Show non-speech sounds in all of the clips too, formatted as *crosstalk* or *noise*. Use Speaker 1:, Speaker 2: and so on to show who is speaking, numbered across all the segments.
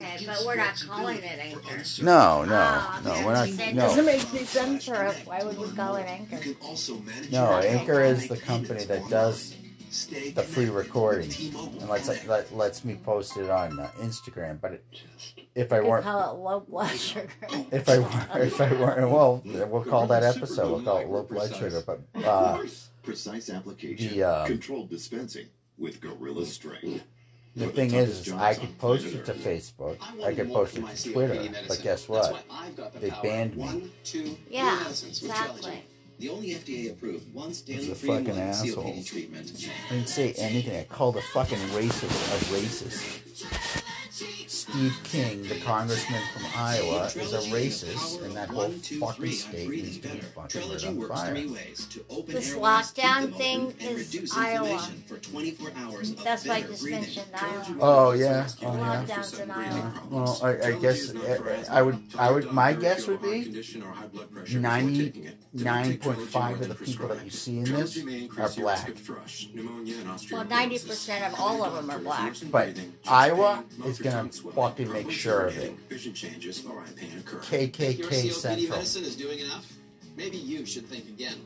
Speaker 1: but we're not calling it anchor.
Speaker 2: No, no,
Speaker 1: Ah,
Speaker 2: no. We're not.
Speaker 1: That
Speaker 2: No,
Speaker 1: doesn't make any sense for us. Why would we call it anchor?
Speaker 2: no. Anchor is the company that does the free recording and lets let, lets me post it on uh, Instagram. But it, if I
Speaker 1: We could
Speaker 2: weren't,
Speaker 1: call it low blood sugar.
Speaker 2: if I were- if I weren't, *laughs* well, we'll call that episode. We'll call it low blood sugar. But uh,
Speaker 3: Precise application.
Speaker 2: the, uh,
Speaker 3: Controlled dispensing with Gorilla Strength.
Speaker 2: the thing is, is I could post it to Facebook. I could post it to Twitter. But guess what? They banned me.
Speaker 4: One, two,
Speaker 1: Yeah,
Speaker 4: three medicines with
Speaker 1: exactly.
Speaker 4: Trelegy. The only FDA approved once daily
Speaker 2: a
Speaker 4: premium
Speaker 2: fucking asshole.
Speaker 4: COPD treatment.
Speaker 2: I didn't say anything. I called a fucking racist a racist. Steve King, the congressman from Iowa, is a racist, and that whole fucking state needs to be fucking lit on fire.
Speaker 1: This lockdown thing is Iowa. That's why I just mentioned Iowa.
Speaker 2: Oh yeah, oh yeah.
Speaker 1: Lockdowns in Iowa.
Speaker 2: Well, I, I guess eh, I, I would. I would. My guess would be ninety-nine point five of the people that you see in this are black.
Speaker 1: Well, 90% of all of them are black.
Speaker 2: But Iowa is gonna fucking make sure of it.
Speaker 4: Your
Speaker 2: KKK
Speaker 4: COPD
Speaker 2: Central.
Speaker 4: medicine is doing enough? Maybe you should think again.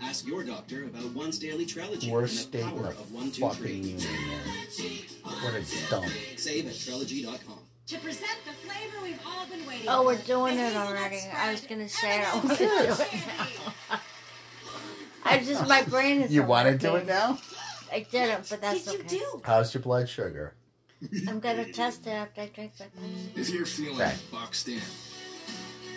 Speaker 4: Ask your doctor about once daily Trelegy
Speaker 2: Worst
Speaker 4: and the
Speaker 2: state in
Speaker 4: power
Speaker 2: the
Speaker 4: of one, two,
Speaker 2: fucking
Speaker 4: three.
Speaker 2: union. Man. What a dump.
Speaker 4: Save at Trelegy.com.
Speaker 5: To present the flavor we've all been waiting
Speaker 1: Oh, we're
Speaker 5: for.
Speaker 1: doing
Speaker 5: The
Speaker 1: it
Speaker 5: hazelnut
Speaker 1: already.
Speaker 5: spread,
Speaker 1: I was going to say *laughs*
Speaker 6: *laughs*
Speaker 1: I
Speaker 5: M&M's
Speaker 1: don't want to do
Speaker 5: chocolate
Speaker 1: it.
Speaker 5: candy.
Speaker 1: I just, my brain is.
Speaker 2: You
Speaker 1: not
Speaker 2: want to do it
Speaker 1: working.
Speaker 2: now?
Speaker 1: I didn't, but that's
Speaker 5: Did you
Speaker 1: okay.
Speaker 5: do?
Speaker 2: How's your blood sugar?
Speaker 1: I'm going to test it after I drink my Pepsi.
Speaker 7: If you're feeling
Speaker 2: Right.
Speaker 7: boxed in,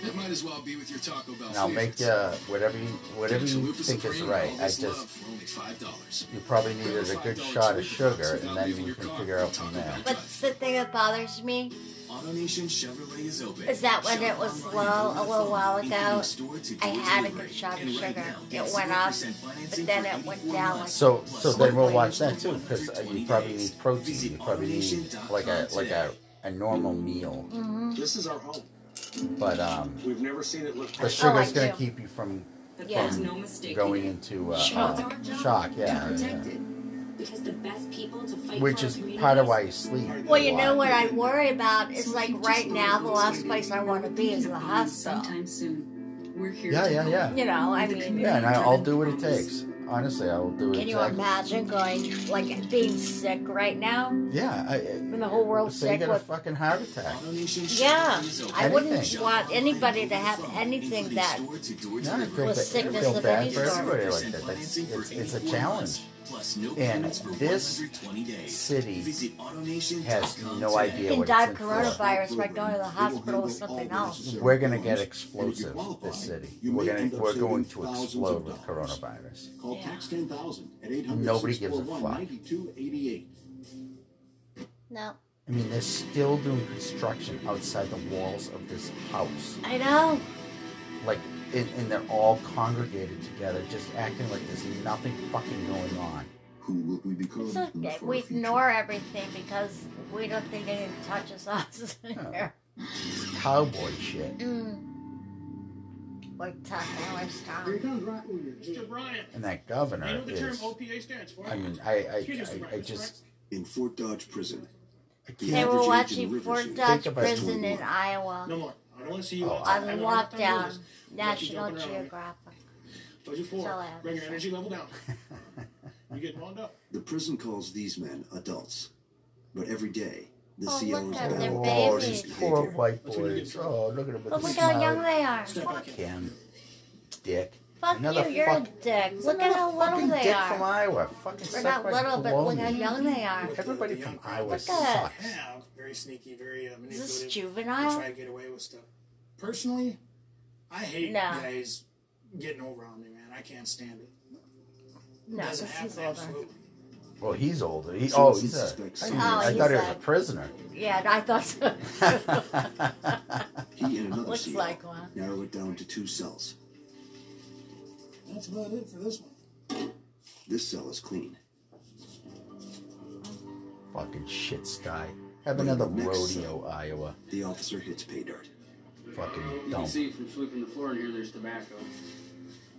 Speaker 7: that might as well be with your Taco Bell.
Speaker 2: And I'll
Speaker 7: favorites.
Speaker 2: make you whatever you whatever
Speaker 7: Picture
Speaker 2: you
Speaker 7: Lucas
Speaker 2: think is
Speaker 7: Supreme,
Speaker 2: right.
Speaker 7: all
Speaker 2: I
Speaker 7: this love
Speaker 2: just
Speaker 7: for only five dollars.
Speaker 2: you probably needed a good shot of sugar, and then you can figure out from there.
Speaker 1: But the thing that bothers me
Speaker 7: AutoNation Chevrolet is open.
Speaker 1: Is that when it was low a little while ago? I had a good shot of sugar. It went up, but then it went down. Like,
Speaker 2: So so then we'll watch that too, because you probably need protein. You probably need like a like a, a normal meal.
Speaker 3: This is our home.
Speaker 2: But um,
Speaker 3: We've never seen it look
Speaker 2: the
Speaker 3: perfect.
Speaker 1: Oh, I
Speaker 2: sugar's gonna
Speaker 1: do.
Speaker 2: keep you from
Speaker 1: Yeah.
Speaker 8: There's no mistake.
Speaker 2: going into uh,
Speaker 8: Shock.
Speaker 2: uh, shock. Yeah, yeah.
Speaker 8: Because the best people to fight
Speaker 2: which
Speaker 8: for our
Speaker 2: is part of
Speaker 8: communities-
Speaker 2: why you sleep.
Speaker 1: well, you know what I worry about is like right now, the last place I want to be is the hospital.
Speaker 8: Sometime soon. We're here.
Speaker 2: Yeah,
Speaker 8: to
Speaker 2: yeah,
Speaker 8: help.
Speaker 2: yeah.
Speaker 1: You know, I mean,
Speaker 2: Yeah, and I, I'll do what it takes. Honestly, I will do it.
Speaker 1: can you
Speaker 2: exactly.
Speaker 1: imagine going like being sick right now?
Speaker 2: Yeah, I,
Speaker 1: When the whole world's
Speaker 2: so you
Speaker 1: sick
Speaker 2: get a
Speaker 1: with
Speaker 2: fucking heart attack.
Speaker 1: yeah, I wouldn't
Speaker 2: Anything.
Speaker 1: want anybody to have anything that
Speaker 2: No, I feel,
Speaker 1: With
Speaker 2: ba- I
Speaker 1: sickness
Speaker 2: feel
Speaker 1: of
Speaker 2: bad
Speaker 1: any
Speaker 2: for
Speaker 1: sort.
Speaker 2: everybody like that. That's, it's, it's a challenge. And this city has no
Speaker 1: you
Speaker 2: idea
Speaker 1: can
Speaker 2: what
Speaker 1: die of
Speaker 2: it's in for.
Speaker 1: coronavirus by going to the hospital with something else.
Speaker 2: We're gonna get explosive. This city. We're gonna we're going to explode with coronavirus.
Speaker 3: Call
Speaker 1: Yeah.
Speaker 3: tax 10,000 at 800
Speaker 2: Nobody gives a fuck.
Speaker 3: 9288.
Speaker 1: No,
Speaker 2: I mean, they're still doing construction outside the walls of this house.
Speaker 1: I know.
Speaker 2: Like, and, and they're all congregated together, just acting like there's nothing fucking going on.
Speaker 3: Who will we become?
Speaker 1: It's okay. We ignore everything because we don't think anything touches us *laughs*
Speaker 2: Oh.
Speaker 1: here.
Speaker 2: Cowboy shit.
Speaker 1: Mm. Like tough hours time.
Speaker 3: Mr.
Speaker 9: Brian,
Speaker 2: And that governor
Speaker 9: you know the term
Speaker 2: is.
Speaker 9: OPA stands for?
Speaker 2: I mean, I, I,
Speaker 9: Excuse me, Mr.
Speaker 2: I, I
Speaker 9: Breakfast,
Speaker 2: just.
Speaker 3: In Fort Dodge Prison.
Speaker 2: I
Speaker 1: They
Speaker 2: can't.
Speaker 1: were
Speaker 3: Virginia
Speaker 1: watching
Speaker 3: River
Speaker 1: Fort
Speaker 3: City.
Speaker 1: Dodge
Speaker 2: Think about it.
Speaker 1: Prison in
Speaker 9: No
Speaker 1: Iowa
Speaker 9: more. I don't want to see you
Speaker 2: Oh,
Speaker 9: outside.
Speaker 1: on
Speaker 9: I
Speaker 1: the
Speaker 9: don't have time to do
Speaker 1: lockdown.
Speaker 9: this. Watch you
Speaker 1: National
Speaker 9: jumping around.
Speaker 1: Geographic.
Speaker 9: Told you before,
Speaker 1: That's all I have
Speaker 9: Bring
Speaker 1: to
Speaker 9: your
Speaker 1: say.
Speaker 9: energy level
Speaker 1: *laughs*
Speaker 9: down. You get wound up.
Speaker 3: The prison calls these men adults. But every day, the E
Speaker 1: Oh,
Speaker 3: CEO's
Speaker 1: look at them,
Speaker 3: battle
Speaker 1: baby.
Speaker 2: Oh,
Speaker 3: with
Speaker 2: these
Speaker 3: his
Speaker 2: poor
Speaker 3: behavior.
Speaker 2: white
Speaker 9: That's when you get
Speaker 2: boys.
Speaker 9: drunk.
Speaker 2: Oh, look at them. with
Speaker 1: But
Speaker 2: the
Speaker 1: look how
Speaker 2: smile.
Speaker 1: young they are.
Speaker 9: Step
Speaker 1: Fuck
Speaker 9: back in.
Speaker 2: Him, dick.
Speaker 1: you, you're a
Speaker 2: fuck-
Speaker 1: dick. Look at
Speaker 2: another
Speaker 1: how little
Speaker 2: fucking
Speaker 1: they
Speaker 2: dick from
Speaker 1: are.
Speaker 2: Iowa. Fucking
Speaker 1: They're
Speaker 2: suck
Speaker 1: not
Speaker 2: my
Speaker 1: little, but look how
Speaker 2: baloney.
Speaker 1: young they are.
Speaker 9: Look
Speaker 2: Everybody
Speaker 9: at the
Speaker 2: from
Speaker 9: young
Speaker 2: Iowa
Speaker 1: Look at-
Speaker 2: sucks.
Speaker 9: Have very sneaky, very uh, manipulative.
Speaker 1: Is this
Speaker 9: They try
Speaker 1: juvenile?
Speaker 9: to get away with stuff. Personally, I hate
Speaker 1: No.
Speaker 9: guys getting over on me, man. I can't stand it.
Speaker 1: No,
Speaker 9: Doesn't
Speaker 1: this
Speaker 9: happen.
Speaker 1: is older.
Speaker 9: Absolutely.
Speaker 2: Well, he's older. He,
Speaker 3: So
Speaker 2: oh,
Speaker 3: he
Speaker 2: he's a.
Speaker 3: suspects
Speaker 2: I,
Speaker 3: some-
Speaker 1: Oh,
Speaker 2: I
Speaker 1: he's
Speaker 2: thought he was
Speaker 1: a-
Speaker 2: a prisoner. *laughs*
Speaker 1: Yeah, I thought so. *laughs*
Speaker 3: He and another
Speaker 1: Looks
Speaker 3: CEO
Speaker 1: like one.
Speaker 3: narrow it down to two cells.
Speaker 9: That's about it for this one.
Speaker 3: This cell is clean.
Speaker 2: Fucking shit sky. Have
Speaker 3: Look at
Speaker 2: another
Speaker 3: the next
Speaker 2: rodeo, Iowa.
Speaker 3: The officer hits pay dirt.
Speaker 2: Fucking
Speaker 6: You can
Speaker 2: dumb.
Speaker 6: see from sweeping the floor in here, there's tobacco.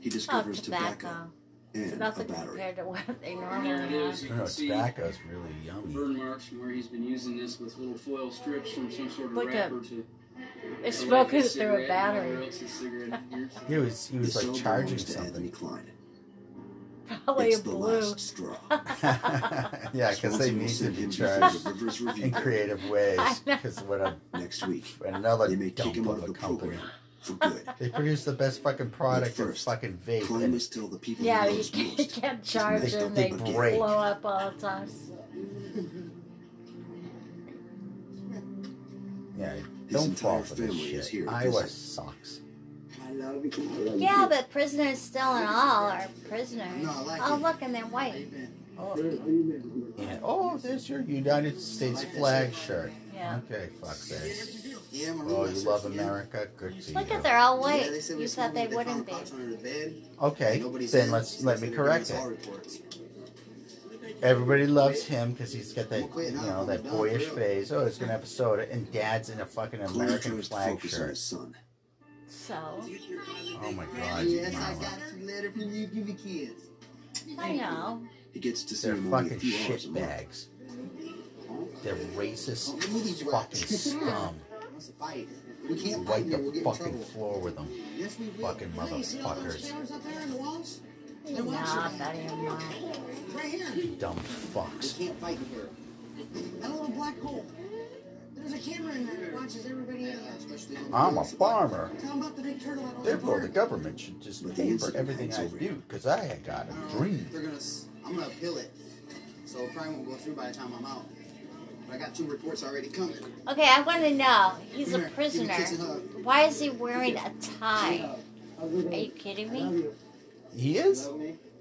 Speaker 3: He
Speaker 1: Oh,
Speaker 3: discovers tobacco.
Speaker 1: tobacco.
Speaker 3: and
Speaker 1: It's
Speaker 3: a
Speaker 1: nothing
Speaker 3: battery.
Speaker 1: compared to what they
Speaker 6: There
Speaker 1: normally
Speaker 6: it
Speaker 1: have.
Speaker 6: is. You
Speaker 2: I don't
Speaker 6: can
Speaker 2: know,
Speaker 6: see
Speaker 2: tobacco's really yummy.
Speaker 6: burn marks from where he's been using this with little foil strips from some sort of
Speaker 1: Like a-
Speaker 6: wrapper to.
Speaker 1: It's
Speaker 6: to light
Speaker 1: smoking
Speaker 6: his
Speaker 1: through a
Speaker 6: cigarette and whatever
Speaker 1: battery.
Speaker 6: else
Speaker 1: *laughs*
Speaker 6: his cigarette adheres to.
Speaker 2: He was he was
Speaker 3: the
Speaker 2: like
Speaker 3: cell
Speaker 2: charging
Speaker 3: belongs to Anthony *laughs*
Speaker 2: something. *laughs*
Speaker 3: Klein.
Speaker 1: Probably
Speaker 3: It's
Speaker 1: a
Speaker 3: the
Speaker 1: Oh, blue.
Speaker 3: last
Speaker 1: *laughs*
Speaker 3: straw.
Speaker 2: yeah, because they
Speaker 3: Swanson will
Speaker 2: need to
Speaker 3: send
Speaker 2: be
Speaker 3: him *laughs*
Speaker 2: charged
Speaker 3: the Rivers Review
Speaker 2: in *laughs* creative ways. Because what a
Speaker 3: next week.
Speaker 2: another *laughs*
Speaker 3: They may kick
Speaker 2: dump
Speaker 3: him out
Speaker 2: of
Speaker 3: of
Speaker 2: a
Speaker 3: the
Speaker 2: company.
Speaker 3: program for
Speaker 2: *laughs*
Speaker 3: good.
Speaker 2: They produce the best fucking product and
Speaker 3: first,
Speaker 2: fucking vape.
Speaker 3: Klein
Speaker 2: And
Speaker 3: must tell the people
Speaker 1: Yeah,
Speaker 3: he
Speaker 1: you
Speaker 3: loves
Speaker 1: can't, you
Speaker 3: most.
Speaker 1: can't charge
Speaker 3: They
Speaker 1: them. They
Speaker 2: break.
Speaker 1: blow up all the time.
Speaker 2: yeah,
Speaker 3: His
Speaker 2: don't fall
Speaker 3: entire
Speaker 2: for this
Speaker 3: family is
Speaker 2: shit.
Speaker 3: here to
Speaker 2: Iowa
Speaker 3: visit.
Speaker 2: sucks.
Speaker 1: Yeah, but prisoners still and all are prisoners.
Speaker 9: No, I like
Speaker 1: oh,
Speaker 9: it.
Speaker 1: look, and they're white.
Speaker 2: Yeah. Oh, there's your United States flag shirt.
Speaker 1: Yeah.
Speaker 2: Okay, fuck this.
Speaker 4: Yeah, Marie
Speaker 2: Oh, you
Speaker 4: myself,
Speaker 2: love
Speaker 4: yeah.
Speaker 2: America? Good to
Speaker 1: Look
Speaker 2: you.
Speaker 1: at they're all
Speaker 4: Yeah,
Speaker 1: white.
Speaker 4: they said we
Speaker 1: You thought
Speaker 4: smuggled- found
Speaker 1: they wouldn't be.
Speaker 4: pots under the bed.
Speaker 2: Okay,
Speaker 4: Nobody's
Speaker 2: then
Speaker 4: in.
Speaker 2: let's
Speaker 4: It's
Speaker 2: let me
Speaker 4: gonna
Speaker 2: correct
Speaker 4: give us all
Speaker 2: it.
Speaker 4: reports.
Speaker 2: Everybody loves him because he's got that, you know, that boyish phase. Oh, he's gonna have a soda, and Dad's in a fucking
Speaker 3: Klein
Speaker 2: American
Speaker 3: tries to
Speaker 2: flag
Speaker 3: focus on
Speaker 2: shirt.
Speaker 3: his son.
Speaker 1: So,
Speaker 2: Oh my God,
Speaker 4: Yes, I
Speaker 2: mama.
Speaker 4: got a letter from you, give me kids.
Speaker 1: I know.
Speaker 3: He gets to see
Speaker 2: They're
Speaker 3: him only a
Speaker 2: fucking
Speaker 3: few hours a
Speaker 2: shit
Speaker 3: month.
Speaker 2: bags. They're racist fucking scum.
Speaker 4: That's a fight. We can't fight
Speaker 2: Wipe
Speaker 4: here, we'll
Speaker 2: the
Speaker 4: get in
Speaker 2: fucking
Speaker 4: trouble.
Speaker 2: floor with them.
Speaker 4: Yes, we will.
Speaker 2: Fucking
Speaker 4: Hey, you see all those
Speaker 2: motherfuckers.
Speaker 4: cameras up there on the walls? They watch you.
Speaker 1: Not that anymore.
Speaker 4: Right here.
Speaker 2: Dumb
Speaker 4: We
Speaker 2: fucks.
Speaker 4: can't fight in here. That little black hole. There's a camera in there that watches everybody in there. Especially on the
Speaker 2: I'm a
Speaker 4: dogs.
Speaker 2: farmer.
Speaker 4: Tell 'em about the big turtle out on the
Speaker 2: Therefore, the
Speaker 4: barn.
Speaker 2: government should just
Speaker 3: But the
Speaker 2: pay for
Speaker 3: incident
Speaker 2: everything
Speaker 3: hangs
Speaker 2: I
Speaker 3: over you.
Speaker 2: do because I had got a dream.
Speaker 4: They're gonna. s- I'm gonna appeal it, so it probably won't go through by the time I'm out. But I got two reports already coming.
Speaker 1: Okay, I want to know. He's
Speaker 4: Come here,
Speaker 1: a
Speaker 4: give me
Speaker 1: prisoner.
Speaker 4: a kiss and hug.
Speaker 1: Why is he wearing a tie? Are you kidding me?
Speaker 2: He is?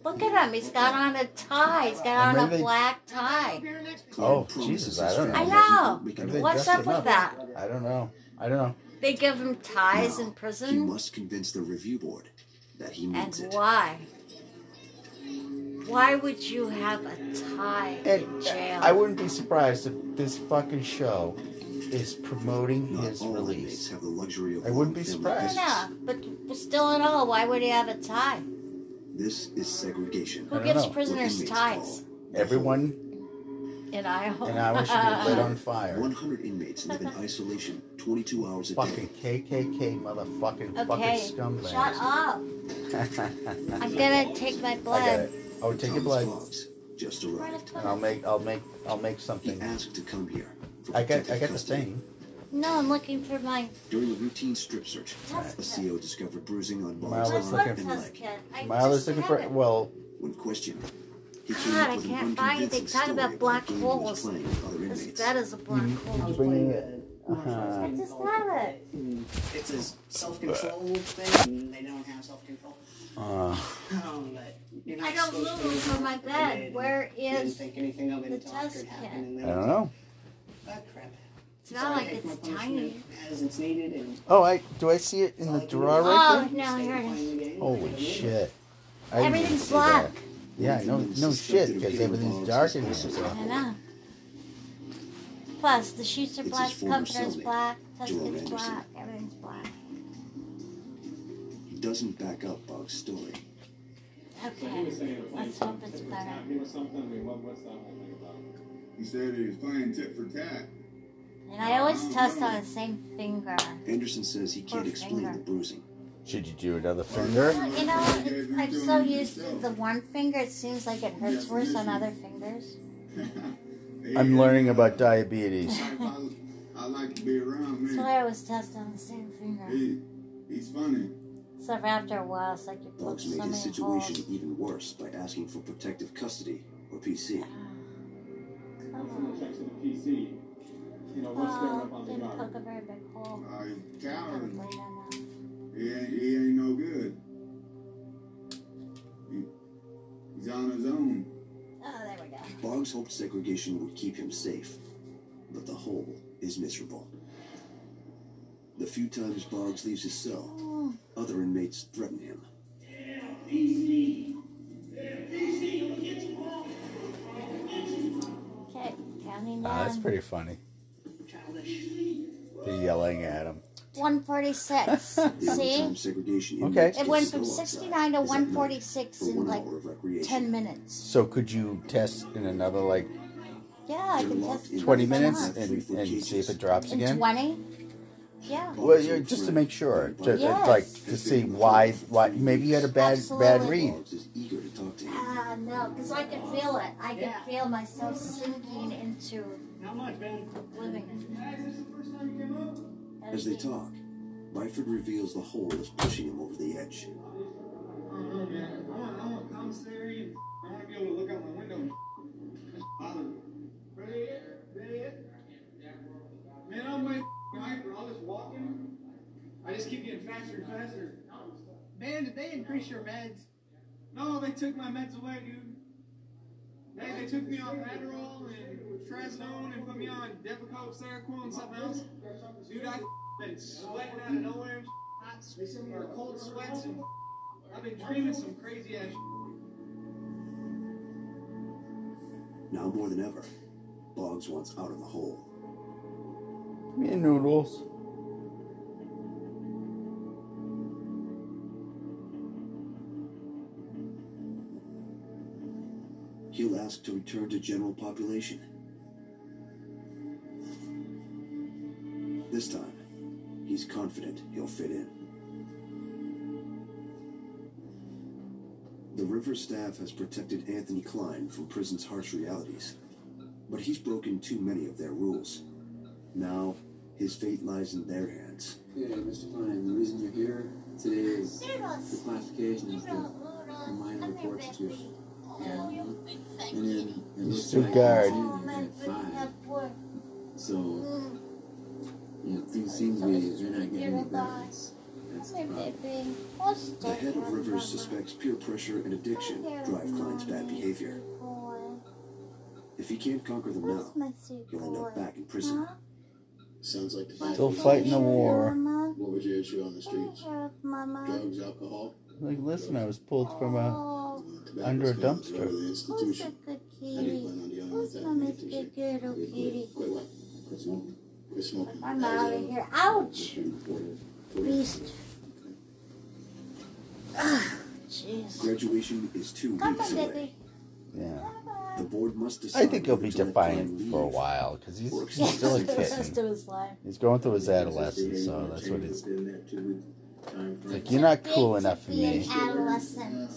Speaker 1: Look at him. He's got on a tie. He's got
Speaker 2: Well,
Speaker 1: on a
Speaker 2: maybe they-
Speaker 1: black tie.
Speaker 3: Klein
Speaker 2: Oh,
Speaker 3: promises
Speaker 2: Jesus,
Speaker 3: his
Speaker 2: I don't
Speaker 3: family
Speaker 1: know.
Speaker 3: he won't make
Speaker 2: Maybe
Speaker 3: an
Speaker 2: they
Speaker 3: effort.
Speaker 1: What's
Speaker 2: dressed
Speaker 1: up
Speaker 2: him
Speaker 1: with that?
Speaker 2: I don't know. I don't know.
Speaker 1: They give him ties in
Speaker 3: He
Speaker 1: prison?
Speaker 3: must convince the review board that he
Speaker 1: And
Speaker 3: needs it.
Speaker 1: why? Why would you have a tie in
Speaker 2: And uh,
Speaker 1: jail?
Speaker 2: I wouldn't be surprised if this fucking show is promoting
Speaker 3: Not
Speaker 2: his
Speaker 3: all inmates
Speaker 2: release.
Speaker 3: have the luxury of
Speaker 2: I wouldn't be
Speaker 3: long family
Speaker 2: surprised.
Speaker 1: Yeah, but still and all, why would he have a tie?
Speaker 3: visits. This is segregation.
Speaker 1: Who
Speaker 2: don't
Speaker 1: gives
Speaker 2: know. What
Speaker 1: prisoners
Speaker 3: inmates
Speaker 1: ties?
Speaker 2: Everyone
Speaker 1: In Iowa.
Speaker 2: in Iowa should be lit
Speaker 1: *laughs*
Speaker 2: on
Speaker 3: call-
Speaker 2: fire.
Speaker 3: 100 inmates live in isolation 22 hours a
Speaker 2: Fucking
Speaker 3: day.
Speaker 2: KKK motherfucking fucking
Speaker 1: Okay,
Speaker 2: scumbags.
Speaker 1: shut up.
Speaker 2: *laughs*
Speaker 1: I'm gonna take my
Speaker 2: I got
Speaker 1: blood.
Speaker 2: it. Oh, take your
Speaker 3: Thomas
Speaker 2: blood,
Speaker 3: Boggs just
Speaker 1: Where the
Speaker 3: arrived.
Speaker 2: and I'll
Speaker 1: fuck-
Speaker 2: make, I'll make, I'll make
Speaker 3: He
Speaker 2: something.
Speaker 3: asked to come here. for
Speaker 2: I got, I
Speaker 3: protective
Speaker 2: got the
Speaker 3: custody.
Speaker 2: thing.
Speaker 1: No, I'm looking for my
Speaker 3: During a routine strip search,
Speaker 1: That's
Speaker 3: a CO discovered bruising on
Speaker 2: Miles
Speaker 3: Boggs'
Speaker 2: is
Speaker 3: arm
Speaker 2: looking
Speaker 1: blood
Speaker 3: and
Speaker 1: test
Speaker 3: leg.
Speaker 1: kit. I
Speaker 2: Miles
Speaker 1: just
Speaker 2: looking
Speaker 1: have
Speaker 2: for.
Speaker 1: it.
Speaker 2: Well,
Speaker 3: When questioned, he came
Speaker 1: God,
Speaker 3: up
Speaker 1: I
Speaker 3: with
Speaker 1: can't
Speaker 3: an
Speaker 1: buy anything.
Speaker 3: unconvincing
Speaker 1: Talk
Speaker 3: story
Speaker 1: about
Speaker 3: a
Speaker 1: black
Speaker 3: game he was
Speaker 1: holes.
Speaker 3: playing with other
Speaker 1: This
Speaker 3: inmates.
Speaker 1: bed is a black hole.
Speaker 2: bringing it. Uh,
Speaker 1: I just have it.
Speaker 4: It's his self-control thing, and they don't have self-control.
Speaker 2: uh,
Speaker 4: Um, but you're not
Speaker 1: I don't
Speaker 4: supposed to
Speaker 1: move
Speaker 4: leave
Speaker 1: from my
Speaker 4: after
Speaker 1: bed.
Speaker 4: did, and
Speaker 1: Where
Speaker 4: you didn't
Speaker 1: is
Speaker 4: think anything of it
Speaker 1: the
Speaker 4: until after
Speaker 1: test
Speaker 4: it happened,
Speaker 1: kit?
Speaker 4: and
Speaker 2: I
Speaker 4: then
Speaker 2: don't know.
Speaker 4: Oh, crap.
Speaker 1: It's not
Speaker 4: I
Speaker 1: like
Speaker 4: take my
Speaker 1: it's
Speaker 4: punishment
Speaker 1: tiny.
Speaker 4: As it's needed, and
Speaker 2: Oh, I do I see it in the drawer
Speaker 1: Oh
Speaker 2: right there?
Speaker 1: no, here it is.
Speaker 2: Holy shit! I didn't even
Speaker 1: Everything's
Speaker 2: see that.
Speaker 1: black.
Speaker 2: Yeah, no, no shit, because everything's dark in here. So.
Speaker 1: I know. Plus, the sheets are
Speaker 3: It's
Speaker 1: black,
Speaker 3: his former
Speaker 1: comforter's
Speaker 3: cellmate,
Speaker 1: black, test
Speaker 3: Jerome
Speaker 1: kit's
Speaker 3: Anderson.
Speaker 1: black, everything's black.
Speaker 3: He doesn't back up Boggs' story.
Speaker 1: Okay, let's hope it's better.
Speaker 7: He said he was playing tit for tat.
Speaker 1: And I always test on the same finger.
Speaker 3: Anderson says he can't
Speaker 1: Poor
Speaker 3: explain
Speaker 1: finger.
Speaker 3: the
Speaker 7: *laughs*
Speaker 3: bruising.
Speaker 2: Should you do another finger?
Speaker 1: You know, it's, I'm so used to the one finger, it seems like it hurts worse on other fingers.
Speaker 2: I'm learning about diabetes.
Speaker 7: I like to be around
Speaker 1: So
Speaker 7: man.
Speaker 1: I always test on the same finger.
Speaker 7: He, he's funny.
Speaker 1: So after a while, it's like you poke
Speaker 3: Boggs
Speaker 1: so
Speaker 3: made his
Speaker 1: many
Speaker 3: situation
Speaker 1: holes.
Speaker 3: even worse by asking for protective custody, or PC.
Speaker 6: Checks to the PC. You know, one step
Speaker 1: Oh,
Speaker 6: up on the
Speaker 1: didn't
Speaker 6: guard.
Speaker 1: poke a very big hole.
Speaker 7: Uh, he's
Speaker 1: Didn't
Speaker 7: cowering.
Speaker 1: bleed enough.
Speaker 7: He ain't, he ain't no good. He, he's on his own.
Speaker 1: Oh, there we go.
Speaker 3: Boggs hoped segregation would keep him safe, but the hole is miserable. The few times Boggs leaves his
Speaker 1: Oh.
Speaker 3: cell, other inmates threaten him.
Speaker 1: Okay, counting down.
Speaker 3: Ah,
Speaker 2: Ah, that's pretty funny. They're yelling at him.
Speaker 3: *laughs*
Speaker 1: 146.
Speaker 3: The
Speaker 1: See?
Speaker 3: time segregation
Speaker 2: Okay.
Speaker 3: inmates
Speaker 2: It
Speaker 1: It
Speaker 3: get
Speaker 1: went
Speaker 3: to
Speaker 1: from
Speaker 3: go outside
Speaker 1: 69 to
Speaker 3: is at night
Speaker 1: 146
Speaker 3: for
Speaker 1: in
Speaker 3: one
Speaker 1: like
Speaker 3: hour of recreation.
Speaker 1: 10 minutes.
Speaker 2: So could you test in another like
Speaker 1: Yeah, I
Speaker 3: They're
Speaker 1: can
Speaker 3: locked
Speaker 1: test
Speaker 3: in
Speaker 2: 20
Speaker 1: why
Speaker 2: minutes
Speaker 1: not?
Speaker 2: and, and see if it drops
Speaker 1: in
Speaker 2: again?
Speaker 1: 20? Yeah.
Speaker 2: Well, you know, just to make sure, to,
Speaker 1: Yes.
Speaker 2: like to see why, why maybe you had a bad bad
Speaker 1: Absolutely.
Speaker 2: read.
Speaker 3: Boggs is eager to talk to him.
Speaker 1: Ah, no, because I could feel it. I could
Speaker 8: Yeah.
Speaker 1: feel myself sinking into
Speaker 6: Not much, man.
Speaker 1: living it.
Speaker 3: As they talk, Byford reveals the hole is pushing him over the edge.
Speaker 7: Man, I'm with Mike all this walking. I just keep getting faster and faster. Man, did they increase your meds? No, they took my meds away, dude. They, they took me off Adderall and Trazodone and put me on Depakote, Seroquel, and something else. Dude, I've been sweating out of nowhere and hot sweats or cold sweats. And I've been dreaming some crazy ass
Speaker 3: Now more than ever, Boggs wants out of the hole.
Speaker 2: Me and noodles.
Speaker 3: He'll ask to return to general population. This time, he's confident he'll fit in. The river staff has protected Anthony Klein from prison's harsh realities, but he's broken too many of their rules. Now, his fate lies in their hands.
Speaker 6: Yeah, Mr. Klein, the reason you're here today is the
Speaker 1: Noodles.
Speaker 6: classification is the minor
Speaker 1: I'm Oh, your
Speaker 6: reports that you've had. And
Speaker 1: baby.
Speaker 6: then it looks
Speaker 2: Too
Speaker 6: like
Speaker 2: good.
Speaker 1: Oh,
Speaker 6: you're
Speaker 1: man,
Speaker 6: at
Speaker 1: but
Speaker 6: five.
Speaker 1: that boy.
Speaker 6: So,
Speaker 1: Mm.
Speaker 6: you know, things seem to be, they're not getting any better. That's the
Speaker 1: My
Speaker 6: problem.
Speaker 1: baby. What's
Speaker 3: The head of Rivers suspects peer pressure and addiction drive Klein's bad behavior. If he can't conquer them
Speaker 1: Where's
Speaker 3: now,
Speaker 1: my sweet
Speaker 3: he'll end up
Speaker 1: boy?
Speaker 3: back in prison.
Speaker 10: Sounds like the
Speaker 2: Still fighting the war.
Speaker 1: Mama,
Speaker 10: What was your issue on the streets?
Speaker 1: Where's Mama.
Speaker 10: Drugs, alcohol,
Speaker 2: Like, listen, I was pulled from a.
Speaker 1: Oh,
Speaker 10: tobacco
Speaker 2: Under a
Speaker 10: sales,
Speaker 2: dumpster.
Speaker 10: or the
Speaker 1: who's a
Speaker 10: institution.
Speaker 1: good
Speaker 10: How do you
Speaker 1: kitty?
Speaker 10: plan on dealing with
Speaker 1: Who's
Speaker 10: that?
Speaker 1: Mama's
Speaker 10: Make
Speaker 1: good
Speaker 10: decision.
Speaker 1: little
Speaker 10: Quit-
Speaker 1: kitty?
Speaker 10: Quit what? Quit smoking. Quit smoking.
Speaker 1: I'm
Speaker 10: That was
Speaker 1: out
Speaker 10: a-
Speaker 1: of here. Ouch!
Speaker 10: Forty- forty-
Speaker 1: Beast. Jeez.
Speaker 3: Graduation is two
Speaker 1: Come
Speaker 3: weeks
Speaker 1: on,
Speaker 3: away.
Speaker 1: baby.
Speaker 2: Yeah.
Speaker 3: The board must decide.
Speaker 2: I think he'll be
Speaker 3: whether to let Klein
Speaker 2: defiant for a
Speaker 3: leave.
Speaker 2: while because he's,
Speaker 1: Yeah,
Speaker 2: he's
Speaker 1: *laughs*
Speaker 2: still a
Speaker 1: Let's
Speaker 2: kitten.
Speaker 1: do his line.
Speaker 2: He's going through his adolescence, so that's what he's. Like, you're not cool enough for
Speaker 1: Be an
Speaker 2: me.
Speaker 1: adolescent.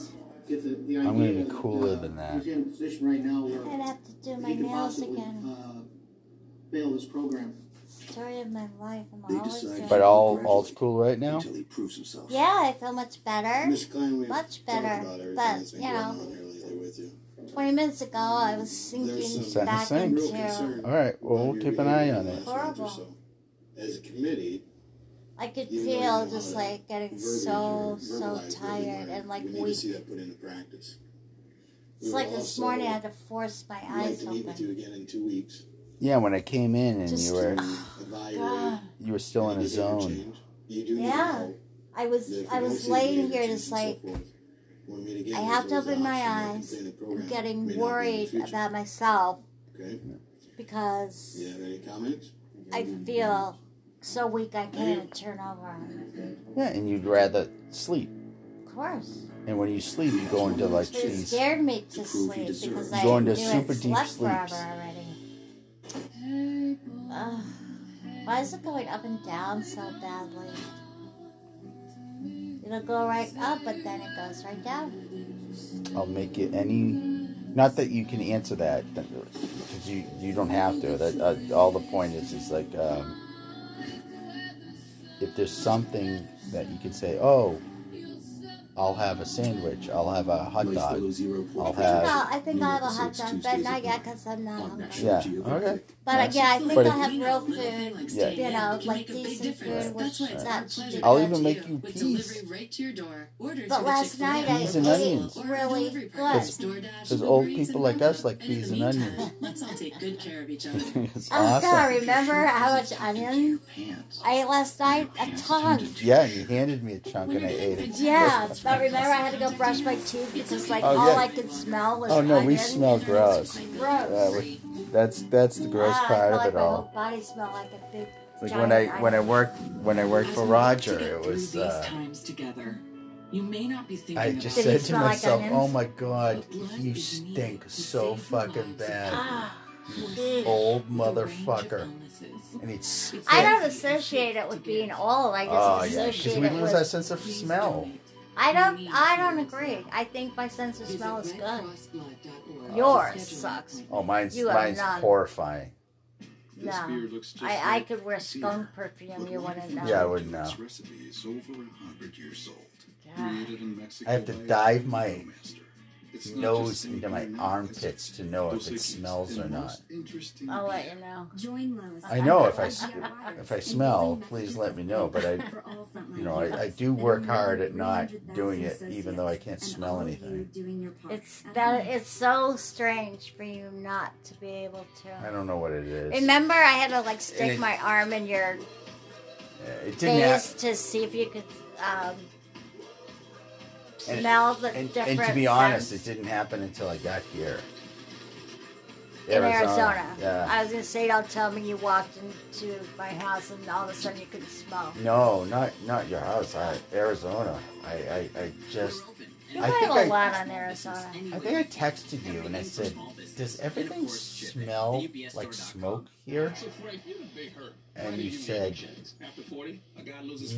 Speaker 10: I'm
Speaker 2: I'm gonna be cooler than that.
Speaker 6: He's in a position right now
Speaker 1: I'd
Speaker 6: where
Speaker 1: have to do my
Speaker 6: he could
Speaker 1: nails
Speaker 6: possibly,
Speaker 1: again.
Speaker 6: uh, fail this program.
Speaker 1: Story of my life. I'm
Speaker 3: They
Speaker 1: always
Speaker 3: decide-
Speaker 1: doing.
Speaker 2: But all all's cool right now.
Speaker 3: Until he proves himself.
Speaker 1: Yeah, I feel much better.
Speaker 10: Mr. Klein, we've
Speaker 1: Much
Speaker 10: talked
Speaker 1: better,
Speaker 10: about everything
Speaker 1: but,
Speaker 10: that's been
Speaker 1: you
Speaker 10: going
Speaker 1: know.
Speaker 10: on here lately with you.
Speaker 1: Twenty minutes ago, I was
Speaker 10: There's
Speaker 1: sinking
Speaker 10: some-
Speaker 1: back
Speaker 2: Sink.
Speaker 10: Real
Speaker 1: into.
Speaker 10: concern
Speaker 2: All right, well,
Speaker 10: about
Speaker 2: we'll
Speaker 10: your
Speaker 2: keep an eye
Speaker 10: behavior
Speaker 2: on
Speaker 10: in the
Speaker 2: it.
Speaker 10: last month or
Speaker 1: Horrible.
Speaker 10: so. As a committee,
Speaker 1: I could
Speaker 10: You know,
Speaker 1: feel
Speaker 10: you
Speaker 1: just
Speaker 10: wanna
Speaker 1: like getting
Speaker 10: verbally
Speaker 1: so
Speaker 10: verbalize
Speaker 1: so
Speaker 10: what we
Speaker 1: tired
Speaker 10: learned.
Speaker 1: and like
Speaker 10: we need to
Speaker 1: weak.
Speaker 10: see that put into practice.
Speaker 1: It's like this morning I had to force my
Speaker 10: I'd like
Speaker 1: eyes
Speaker 10: to meet with you
Speaker 1: open.
Speaker 10: again in two weeks.
Speaker 2: Yeah, when I came in and
Speaker 1: Just-
Speaker 2: you were
Speaker 10: Evaluate.
Speaker 1: God,
Speaker 2: you were still in a
Speaker 10: Maybe they can
Speaker 2: zone.
Speaker 10: change. You do need
Speaker 1: Yeah.
Speaker 10: help.
Speaker 1: I
Speaker 10: There
Speaker 1: was
Speaker 10: can
Speaker 1: I
Speaker 10: always
Speaker 1: was
Speaker 10: be behavior
Speaker 1: laying here
Speaker 10: change
Speaker 1: just
Speaker 10: and so
Speaker 1: like
Speaker 10: forth. When we meet again,
Speaker 1: I have
Speaker 10: there's
Speaker 1: to
Speaker 10: always
Speaker 1: open
Speaker 10: an
Speaker 1: my
Speaker 10: option that
Speaker 1: eyes
Speaker 10: can fit in the program.
Speaker 1: I'm getting
Speaker 10: May not be in the
Speaker 1: worried
Speaker 10: future,
Speaker 1: about myself
Speaker 10: Okay. Do you
Speaker 1: because
Speaker 10: have any comments?
Speaker 1: I feel so weak I can't even turn over.
Speaker 2: Yeah, and you'd rather sleep.
Speaker 1: Of course,
Speaker 2: And when you sleep, you go into like
Speaker 1: but it
Speaker 2: these
Speaker 1: scared me to
Speaker 3: To prove you
Speaker 1: sleep
Speaker 3: deserve
Speaker 1: because
Speaker 3: it.
Speaker 1: I
Speaker 2: Going
Speaker 1: knew
Speaker 2: to super
Speaker 1: it
Speaker 2: deep
Speaker 1: slept forever
Speaker 2: sleeps.
Speaker 1: already. Ugh. why is it going up and down so badly? It'll go right up, but then it goes right down.
Speaker 2: I'll make it any. Not that you can answer that, because you you don't have to. That uh, all the point is is like um, if there's something that you could say, oh, I'll have a sandwich, I'll have a hot
Speaker 3: Place below
Speaker 2: dog.
Speaker 3: zero point
Speaker 2: I'll
Speaker 3: pressure.
Speaker 2: have-
Speaker 1: No, I think I'll have a hot
Speaker 3: Six
Speaker 1: dog, but
Speaker 3: Tuesdays
Speaker 1: not
Speaker 3: at
Speaker 1: yet
Speaker 3: night.
Speaker 1: because I'm not
Speaker 3: On
Speaker 1: hungry.
Speaker 3: National
Speaker 2: Yeah,
Speaker 3: Geographic.
Speaker 2: okay.
Speaker 1: But uh, yeah, I think
Speaker 2: But
Speaker 1: I'll
Speaker 2: if-
Speaker 1: have real food.
Speaker 2: Yeah.
Speaker 1: You know, like decent food, which that's
Speaker 2: I'll even make you peas.
Speaker 5: right to your door. Order
Speaker 1: But last night I
Speaker 2: Peas and
Speaker 1: ate
Speaker 2: onions.
Speaker 1: really good.
Speaker 2: Because old people like us like peas
Speaker 5: *laughs*
Speaker 2: and onions.
Speaker 5: Let's all take good care of
Speaker 2: *laughs*
Speaker 5: each other.
Speaker 2: *laughs* it's
Speaker 1: Oh God,
Speaker 2: awesome.
Speaker 1: remember how much onion I ate last night? A ton.
Speaker 2: Yeah, and you handed me a chunk and I ate it.
Speaker 1: Yeah, but remember I had to go brush my teeth because like
Speaker 2: Oh,
Speaker 1: all
Speaker 2: yeah.
Speaker 1: I could smell was
Speaker 2: Oh no, we
Speaker 1: onion.
Speaker 2: smell gross.
Speaker 1: gross.
Speaker 2: Uh, we- that's that's the gross
Speaker 1: Ah, I
Speaker 2: part
Speaker 1: felt
Speaker 2: of
Speaker 1: like
Speaker 2: it
Speaker 1: my whole
Speaker 2: all.
Speaker 1: body smelled like a big
Speaker 2: Like when I when I worked when I worked for Roger, it was. Uh,
Speaker 11: You may not be thinking
Speaker 2: I
Speaker 11: about
Speaker 2: just
Speaker 11: it.
Speaker 2: said to myself, "Oh my God, you stink so fucking bad,
Speaker 1: Ah,
Speaker 2: you old motherfucker!" And he'd spit.
Speaker 1: I don't associate it with being old. I just
Speaker 6: Ah,
Speaker 2: Oh yeah, because
Speaker 1: associate
Speaker 2: we
Speaker 1: it
Speaker 2: lose
Speaker 1: with.
Speaker 2: our sense of smell.
Speaker 1: I don't. I don't agree. I think my sense of smell is good. Yours sucks.
Speaker 2: Oh, mine's
Speaker 1: You are
Speaker 2: mine's
Speaker 1: not-
Speaker 2: horrifying.
Speaker 1: No,
Speaker 12: This beard looks just
Speaker 1: I, I
Speaker 12: like
Speaker 1: could wear skunk perfume. You wouldn't know.
Speaker 2: Yeah, I wouldn't know.
Speaker 12: This recipe is over a hundred years old.
Speaker 1: God.
Speaker 12: Created in Mexico
Speaker 2: I have to
Speaker 12: by a
Speaker 2: dive my
Speaker 12: It's not
Speaker 2: nose
Speaker 12: just
Speaker 2: into my armpits to know if it smells or not.
Speaker 12: interesting.
Speaker 1: I'll let you know.
Speaker 8: Join Lois.
Speaker 2: I know if I s- if I smell, please let me know.
Speaker 1: *laughs*
Speaker 2: But I, you know, I, I do work hard at not doing it, even though I can't smell anything.
Speaker 1: It's that. It's so strange for you not to be able to.
Speaker 2: I don't know what it is.
Speaker 1: Remember, I had to like
Speaker 2: And
Speaker 1: stick
Speaker 2: it-
Speaker 1: my arm in your
Speaker 2: Uh, It didn't
Speaker 1: face
Speaker 2: have,
Speaker 1: to see if you could um,
Speaker 2: and,
Speaker 1: smell the
Speaker 2: and,
Speaker 1: different.
Speaker 2: and to be honest,
Speaker 1: scents
Speaker 2: it didn't happen until I got here.
Speaker 1: in Arizona.
Speaker 2: Yeah.
Speaker 1: I was gonna say, don't tell me you walked into my house and all of a sudden you couldn't smell.
Speaker 2: No, not not your house. I, Arizona. I, I, I just.
Speaker 1: You
Speaker 2: I
Speaker 1: I
Speaker 2: think
Speaker 1: have a
Speaker 2: I,
Speaker 1: lot on Arizona.
Speaker 2: I think I texted you and I said, "Does everything smell like smoke here?" And you said,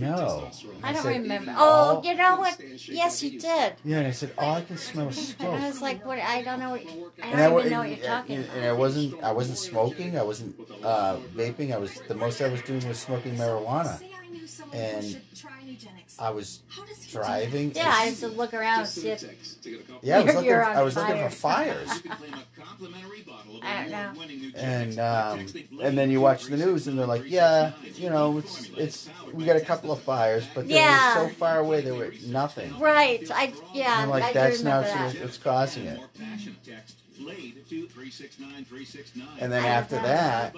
Speaker 2: "No." And
Speaker 1: I don't
Speaker 2: said,
Speaker 1: remember.
Speaker 2: "All-
Speaker 1: Oh, you know what? Yes, you did.
Speaker 2: Yeah, and I said, "All I can smell is
Speaker 1: And I
Speaker 2: smoke."
Speaker 1: was like, what? I don't know. What, I
Speaker 2: and I
Speaker 1: don't
Speaker 2: wa-
Speaker 1: even know what
Speaker 2: and-
Speaker 1: you're talking
Speaker 2: and,
Speaker 1: about.
Speaker 2: and I wasn't I wasn't smoking. I wasn't uh, vaping. I was the most I was doing was smoking marijuana, and I was driving.
Speaker 1: Yeah, I used to look around and see if
Speaker 2: Yeah, I was
Speaker 1: *laughs* You're-
Speaker 2: looking.
Speaker 1: you're on
Speaker 2: I was looking
Speaker 1: fire.
Speaker 2: for fires,
Speaker 1: I don't know.
Speaker 2: and um, and then you watch the news, and they're like, "Yeah, you know, it's it's we got a couple of fires, but they
Speaker 1: Yeah.
Speaker 2: were so far away they were nothing."
Speaker 1: Right. I yeah.
Speaker 2: And
Speaker 1: I
Speaker 2: like
Speaker 1: do
Speaker 2: that's
Speaker 1: remember
Speaker 2: not
Speaker 1: that.
Speaker 2: what's- what's causing it. And then
Speaker 1: I
Speaker 2: after
Speaker 1: remember.
Speaker 2: that,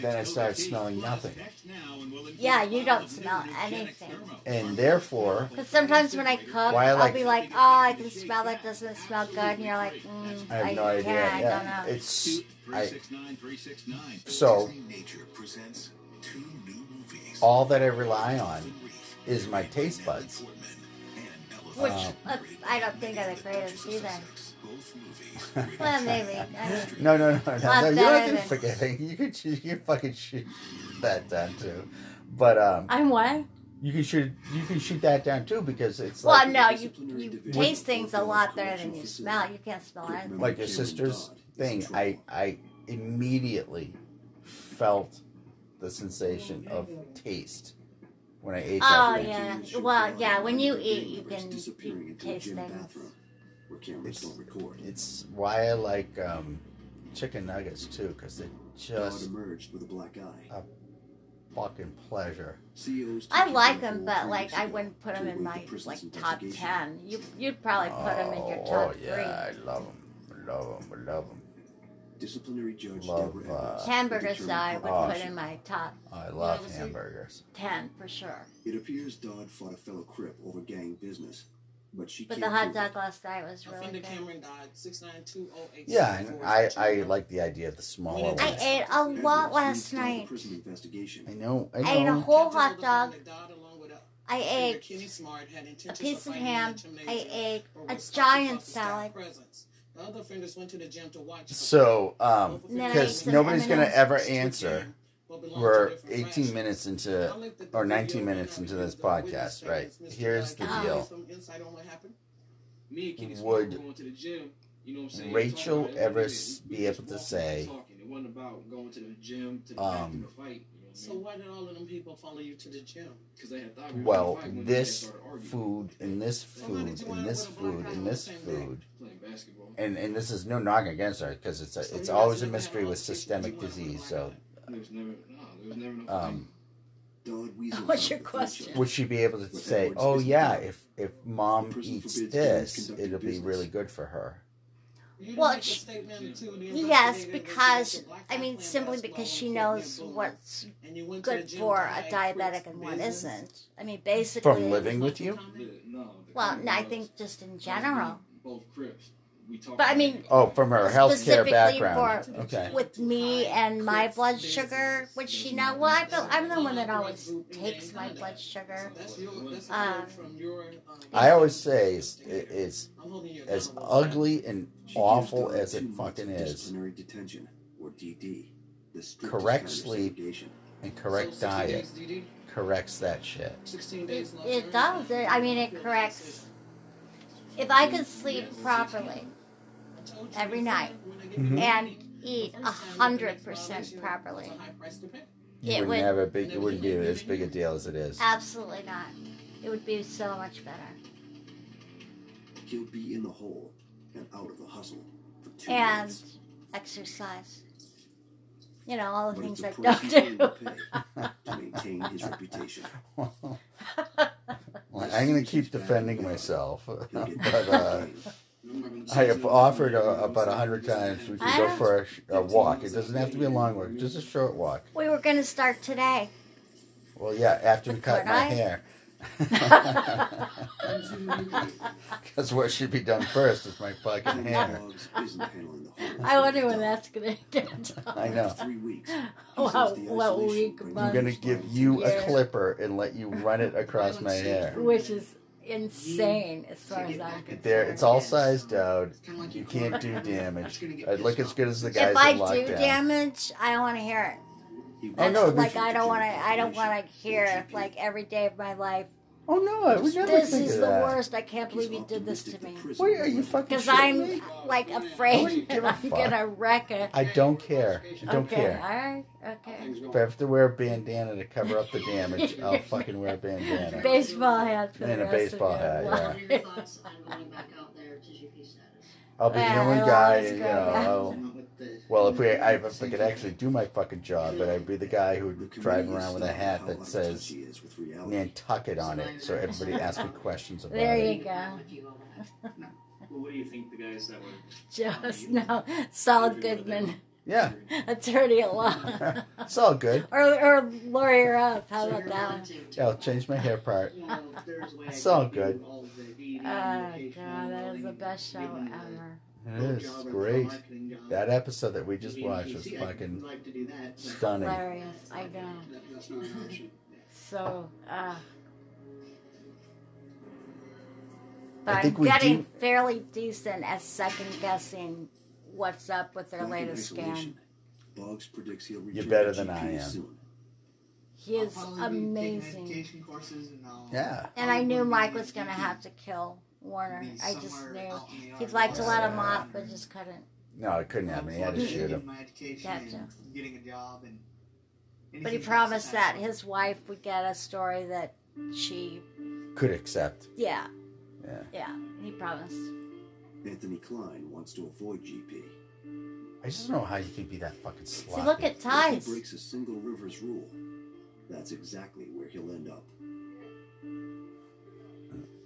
Speaker 2: then I started smelling nothing,
Speaker 1: Yeah, you don't smell anything.
Speaker 2: and therefore
Speaker 1: Because sometimes when I cook,
Speaker 2: Why,
Speaker 1: I'll
Speaker 2: like-
Speaker 1: be like, oh, I can smell that doesn't smell good. And you're like, mm,
Speaker 2: I have no
Speaker 1: can't,
Speaker 2: idea.
Speaker 1: I
Speaker 2: Yeah,
Speaker 1: don't know.
Speaker 2: it's I. So all that I rely on is my taste buds.
Speaker 1: Which
Speaker 2: um,
Speaker 1: uh, I don't think are the greatest either.
Speaker 2: *laughs*
Speaker 1: well, maybe. I mean,
Speaker 2: No, no, no, no.
Speaker 1: Not
Speaker 2: no you're not
Speaker 1: better than-
Speaker 2: getting forgiving. *laughs* You could you can fucking shoot that down too, but um,
Speaker 1: I'm what?
Speaker 2: you can shoot you can shoot that down too because it's
Speaker 1: Well,
Speaker 2: like
Speaker 1: no, you, you taste things a lot better than you smell. You can't smell anything.
Speaker 2: like your sister's thing. I I immediately felt the sensation of taste when I ate
Speaker 1: Oh
Speaker 2: that thing.
Speaker 1: yeah. Well, yeah. When you eat, you can you taste things.
Speaker 3: where cameras don't record.
Speaker 2: It's why I like um, chicken nuggets too because they're
Speaker 3: Dodd
Speaker 2: just
Speaker 3: emerged with a black eye.
Speaker 2: a fucking pleasure.
Speaker 3: CEOs
Speaker 1: I
Speaker 3: took
Speaker 1: like
Speaker 3: control
Speaker 1: them, but
Speaker 3: three
Speaker 1: like
Speaker 3: years
Speaker 1: I
Speaker 3: ago
Speaker 1: wouldn't put
Speaker 3: to
Speaker 1: them in
Speaker 3: await the
Speaker 1: my
Speaker 3: prison's
Speaker 1: like top
Speaker 3: investigation.
Speaker 1: ten. You you'd probably put them in your
Speaker 2: oh
Speaker 1: top
Speaker 2: yeah, I love them, love them, love them.
Speaker 3: Disciplinary judge
Speaker 2: Love,
Speaker 3: Deborah
Speaker 2: uh,
Speaker 1: three.
Speaker 3: Evans
Speaker 1: Hamburgers,
Speaker 3: determined
Speaker 1: though, I would
Speaker 2: Oh,
Speaker 1: put
Speaker 2: shit.
Speaker 1: in my top
Speaker 2: I love hamburgers.
Speaker 1: ten for sure.
Speaker 3: It appears Dodd fought a fellow Crip over gang business, but she
Speaker 1: But
Speaker 3: can't
Speaker 1: the hot
Speaker 3: prove it.
Speaker 1: dog last night was really
Speaker 4: Offender
Speaker 1: good.
Speaker 4: Cameron died 69208.
Speaker 2: Yeah, and I, I like the idea of the smaller ones.
Speaker 1: I ate a lot last night.
Speaker 3: Prison investigation.
Speaker 2: I know, I
Speaker 1: I ate a
Speaker 2: know.
Speaker 1: whole hot dog. I
Speaker 4: Ate
Speaker 1: ate
Speaker 4: Kenny Smart had
Speaker 1: a
Speaker 4: intentions
Speaker 1: piece of
Speaker 4: finding
Speaker 1: ham.
Speaker 4: intimidation
Speaker 1: I ate
Speaker 4: or
Speaker 1: a
Speaker 4: was
Speaker 1: giant
Speaker 4: causing
Speaker 1: salad.
Speaker 4: staff presence. The other offenders went to the gym to watch.
Speaker 2: So, um,
Speaker 1: And then I ate
Speaker 2: because
Speaker 1: some
Speaker 2: nobody's gonna
Speaker 1: M&Ms.
Speaker 2: ever answer.
Speaker 4: What belonged to
Speaker 2: We're
Speaker 4: different
Speaker 2: 18
Speaker 4: factions.
Speaker 2: minutes into, or 19 minutes into this podcast, right? Here's the deal.
Speaker 12: Me and Kenny Smith
Speaker 2: Would
Speaker 12: were going to the gym, you know what I'm saying?
Speaker 2: Rachel
Speaker 12: Talking about it,
Speaker 2: ever
Speaker 12: we
Speaker 2: s-
Speaker 12: just
Speaker 2: be
Speaker 12: walking
Speaker 2: able to
Speaker 12: and
Speaker 2: say,
Speaker 12: talking. It wasn't about going to the gym to the
Speaker 2: um,
Speaker 12: back to fight, you know what I
Speaker 4: So
Speaker 12: mean?
Speaker 4: why did all of them people follow you to the gym?
Speaker 12: 'Cause they had thought we were gonna
Speaker 2: Well,
Speaker 12: fight when they
Speaker 2: this
Speaker 12: started arguing.
Speaker 2: food and this food and this food and this food,
Speaker 12: Playing basketball.
Speaker 2: and and this is no knock against her because it's a, it's always a mystery with systemic disease. So,
Speaker 12: There was never, no, there was never no
Speaker 2: um,
Speaker 3: Dodd weaseled
Speaker 1: *laughs* What's
Speaker 3: out
Speaker 1: your
Speaker 3: of the
Speaker 1: question?
Speaker 2: would she be able to say, "Oh yeah, if if mom eats this, it'll be really good for her"?
Speaker 1: Well,
Speaker 4: Make a
Speaker 1: she-
Speaker 4: statement or two, the
Speaker 1: Yes,
Speaker 4: investigator goes,
Speaker 1: because
Speaker 4: "Black guy
Speaker 1: I mean
Speaker 4: playing
Speaker 1: simply
Speaker 4: basketball
Speaker 1: because
Speaker 4: on
Speaker 1: she
Speaker 4: Courtney
Speaker 1: knows
Speaker 4: Boone."
Speaker 1: what's
Speaker 4: And you went to
Speaker 1: good
Speaker 4: the gym
Speaker 1: for
Speaker 4: to
Speaker 1: a
Speaker 4: hide
Speaker 1: diabetic
Speaker 4: Crips'
Speaker 1: and what
Speaker 4: business.
Speaker 1: isn't. I mean, basically,
Speaker 2: From living with you?
Speaker 12: No, the
Speaker 1: well,
Speaker 12: Crips
Speaker 1: no, I
Speaker 12: was-
Speaker 1: think just in general.
Speaker 12: Both Crips.
Speaker 1: But I mean,
Speaker 2: Oh, from her healthcare
Speaker 1: specifically
Speaker 2: background.
Speaker 1: for-
Speaker 2: okay.
Speaker 1: with me and my blood sugar, which you know, well, I feel, I'm the one that always takes my blood sugar. Um,
Speaker 2: I always say it's, it- it's as ugly and awful as it fucking is.
Speaker 3: Disciplinary detention, or DD. The strictest kind
Speaker 2: Correct
Speaker 3: of
Speaker 2: sleep
Speaker 3: segregation.
Speaker 2: and correct diet corrects that shit.
Speaker 1: it, it does. It, I mean, it corrects. If I could sleep properly every night
Speaker 2: Mhm.
Speaker 1: and eat a hundred percent properly,
Speaker 2: You
Speaker 1: It
Speaker 2: would
Speaker 1: would-
Speaker 2: never big. You wouldn't give it as big a deal as it is.
Speaker 1: absolutely not. It would be so much better.
Speaker 3: He'll be in the hole and out of the hustle for two
Speaker 1: And
Speaker 3: months.
Speaker 1: exercise. You know, all the
Speaker 3: But
Speaker 1: things
Speaker 3: it's a
Speaker 1: that don't
Speaker 3: price he
Speaker 1: do.
Speaker 3: will pay to maintain his reputation.
Speaker 2: Well, I'm gonna keep defending myself, *laughs* but
Speaker 12: *laughs*
Speaker 2: uh, I have offered uh about a hundred times we can go for a, sh- a walk. It doesn't have to be a long walk, just a short walk.
Speaker 1: *laughs* we were going to start today.
Speaker 2: Well, yeah, after we cut
Speaker 1: Could
Speaker 2: my
Speaker 1: I? *laughs*
Speaker 2: hair. *laughs* Because what should be done first is my fucking hair.
Speaker 3: Boggs isn't handling the hole.
Speaker 1: I wonder when that's going to get done.
Speaker 2: *laughs* I know.
Speaker 3: Three weeks.
Speaker 1: What, what week,
Speaker 2: I'm
Speaker 1: month,
Speaker 2: gonna give you a
Speaker 1: year,
Speaker 2: clipper and let you run it across my hair.
Speaker 1: Which is insane as far as I'm concerned.
Speaker 2: There, it's all sized out. You can't do damage. I'd look as good as the guys
Speaker 1: If I
Speaker 2: in
Speaker 1: do
Speaker 2: lockdown.
Speaker 1: damage, I don't want to hear it.
Speaker 2: Oh no,
Speaker 1: like
Speaker 2: this-
Speaker 1: I don't want to. I don't want to hear it. Like every day of my life.
Speaker 2: oh no, I would never
Speaker 1: This
Speaker 2: think
Speaker 1: is
Speaker 2: of
Speaker 1: the
Speaker 2: that.
Speaker 1: worst. I can't believe you did this to me.
Speaker 2: What are you fucking?
Speaker 1: Because
Speaker 2: shitting
Speaker 1: I'm
Speaker 2: me?
Speaker 1: like
Speaker 2: I
Speaker 1: afraid
Speaker 2: wouldn't give
Speaker 1: *laughs* that
Speaker 2: a
Speaker 1: I'm
Speaker 2: fuck.
Speaker 1: gonna wreck it.
Speaker 2: I don't care. I don't
Speaker 1: okay,
Speaker 2: care.
Speaker 1: All right. Okay.
Speaker 2: If I have to wear a bandana to cover up the damage,
Speaker 1: *laughs*
Speaker 2: I'll fucking wear a bandana.
Speaker 1: Baseball hat for
Speaker 2: And
Speaker 1: the
Speaker 2: a
Speaker 1: rest
Speaker 2: baseball
Speaker 1: of
Speaker 2: hat,
Speaker 1: your
Speaker 2: yeah.
Speaker 1: life. *laughs*
Speaker 2: I'll be the
Speaker 1: Yeah,
Speaker 2: only
Speaker 1: I'll
Speaker 2: guy,
Speaker 1: always
Speaker 2: you
Speaker 1: go
Speaker 2: know.
Speaker 1: back.
Speaker 2: I'll, well, if we, I, if I could actually do my fucking job, but I'd be the guy who would drive around with a hat that says Nantucket on it, so everybody asks me questions about
Speaker 1: There
Speaker 2: it.
Speaker 1: you go.
Speaker 13: Well, what do you think the guys that were
Speaker 1: Just now, Saul Goodman, *laughs*
Speaker 2: Yeah,
Speaker 1: attorney at
Speaker 2: *laughs*
Speaker 1: law,
Speaker 2: it's all good.
Speaker 1: or or lawyer up. How about that one?
Speaker 2: Yeah, I'll change my hair part.
Speaker 1: *laughs*
Speaker 2: It's all good.
Speaker 1: Oh god, that is the best show ever.
Speaker 2: It is great. That episode that we just watched was fucking stunning.
Speaker 1: Hilarious. I know. So, uh, but
Speaker 2: I
Speaker 1: I
Speaker 2: think
Speaker 1: am
Speaker 2: we
Speaker 1: getting
Speaker 2: do-
Speaker 1: fairly decent at second guessing what's up with their latest scam.
Speaker 3: Boggs predicts he'll return
Speaker 2: You're
Speaker 3: to
Speaker 2: better than I
Speaker 3: GP
Speaker 2: am.
Speaker 3: soon.
Speaker 1: He is amazing.
Speaker 2: Yeah.
Speaker 1: And I knew Mike was going to have to kill Warner. I just knew. He'd like to let him off, but just couldn't.
Speaker 2: No, it couldn't happen. He had to shoot him.
Speaker 9: My education
Speaker 1: Had to.
Speaker 9: and getting a job and
Speaker 1: But he promised that his wife would get a story that she,
Speaker 2: Could accept.
Speaker 1: yeah,
Speaker 2: Yeah.
Speaker 1: yeah, he promised.
Speaker 3: Anthony Klein wants to avoid GP.
Speaker 2: I just don't know how you could be that fucking
Speaker 1: See,
Speaker 2: sloppy.
Speaker 1: look at
Speaker 3: If
Speaker 1: ties.
Speaker 3: he breaks a single river's rule, that's exactly where he'll end up.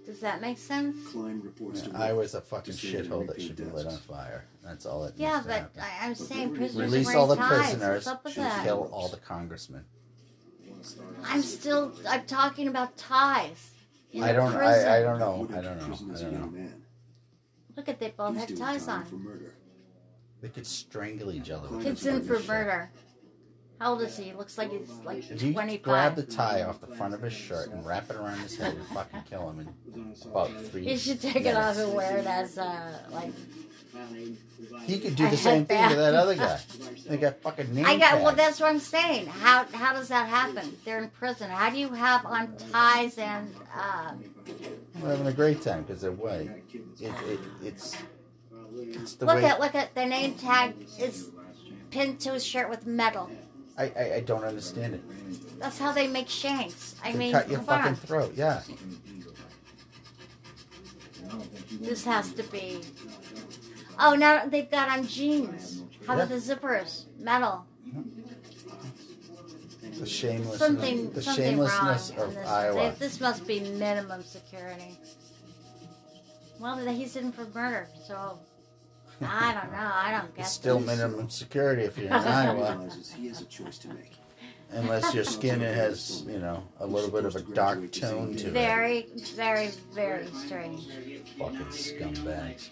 Speaker 1: Does that make sense?
Speaker 3: Klein reports to
Speaker 2: Yeah,
Speaker 3: Wolf
Speaker 2: I was a
Speaker 3: to
Speaker 2: fucking
Speaker 3: say that
Speaker 2: shithole that
Speaker 3: raping
Speaker 2: should be lit
Speaker 3: deaths
Speaker 2: on fire. That's all it
Speaker 1: Yeah,
Speaker 2: needs to
Speaker 1: but
Speaker 2: happen.
Speaker 1: I, I'm saying prisoners
Speaker 2: Release
Speaker 1: wearing
Speaker 2: all the
Speaker 1: ties.
Speaker 2: prisoners
Speaker 1: What's up with
Speaker 2: and
Speaker 1: that?
Speaker 2: kill all the congressmen.
Speaker 1: I'm still. I'm talking about ties. In
Speaker 2: I don't.
Speaker 1: Prison.
Speaker 2: I, I don't know.
Speaker 3: put
Speaker 2: I
Speaker 3: into
Speaker 2: don't
Speaker 3: prison
Speaker 2: know. I
Speaker 3: as a
Speaker 2: don't know.
Speaker 3: young man.
Speaker 1: Look at they both
Speaker 3: He's
Speaker 1: have
Speaker 3: doing
Speaker 1: ties
Speaker 3: time for
Speaker 1: on.
Speaker 3: murder.
Speaker 2: They could strangle each other. with
Speaker 1: Kid's
Speaker 2: this
Speaker 1: in for
Speaker 2: fucking shit.
Speaker 1: murder. How old is he? Looks like he's like
Speaker 2: If you could
Speaker 1: 25.
Speaker 2: grab the tie off the front of his shirt and wrap it around his head and fucking kill him
Speaker 3: *laughs*
Speaker 2: in about three.
Speaker 1: He should take it off
Speaker 2: minutes.
Speaker 1: and wear it as uh like.
Speaker 14: uh,
Speaker 2: He could do
Speaker 1: I
Speaker 2: the same
Speaker 1: had
Speaker 2: thing to that
Speaker 1: that.
Speaker 3: *laughs*
Speaker 2: other guy. They got fucking name
Speaker 1: I got. Well,
Speaker 2: tags.
Speaker 1: that's what I'm saying. How how does that happen? They're in prison. How do you have on ties and uh,
Speaker 2: We're having a great time because they're white. It, it, it's, it's the
Speaker 1: look
Speaker 2: way
Speaker 1: at look at the name tag is pinned to his shirt with metal.
Speaker 2: I, I, I don't understand it.
Speaker 1: That's how they make shanks. I
Speaker 2: They
Speaker 1: mean,
Speaker 2: cut your
Speaker 1: come on.
Speaker 2: fucking throat. Yeah.
Speaker 1: This has to be. Oh, now they've got on jeans. How about the zippers? Metal.
Speaker 2: The shamelessness,
Speaker 1: Something,
Speaker 2: the
Speaker 1: something wrong.
Speaker 2: shamelessness
Speaker 1: in
Speaker 2: of
Speaker 1: this.
Speaker 2: Iowa.
Speaker 1: They- this must be minimum security. Well, he's in for murder, so I don't know. I don't
Speaker 2: *laughs* It's
Speaker 1: guess.
Speaker 2: still minimum security if you're
Speaker 1: *laughs*
Speaker 2: in Iowa,
Speaker 3: Realizes he has a choice to make.
Speaker 2: unless your skin has, you know, a little bit of a dark tone to it.
Speaker 1: very, very, very strange.
Speaker 2: Fucking scumbags.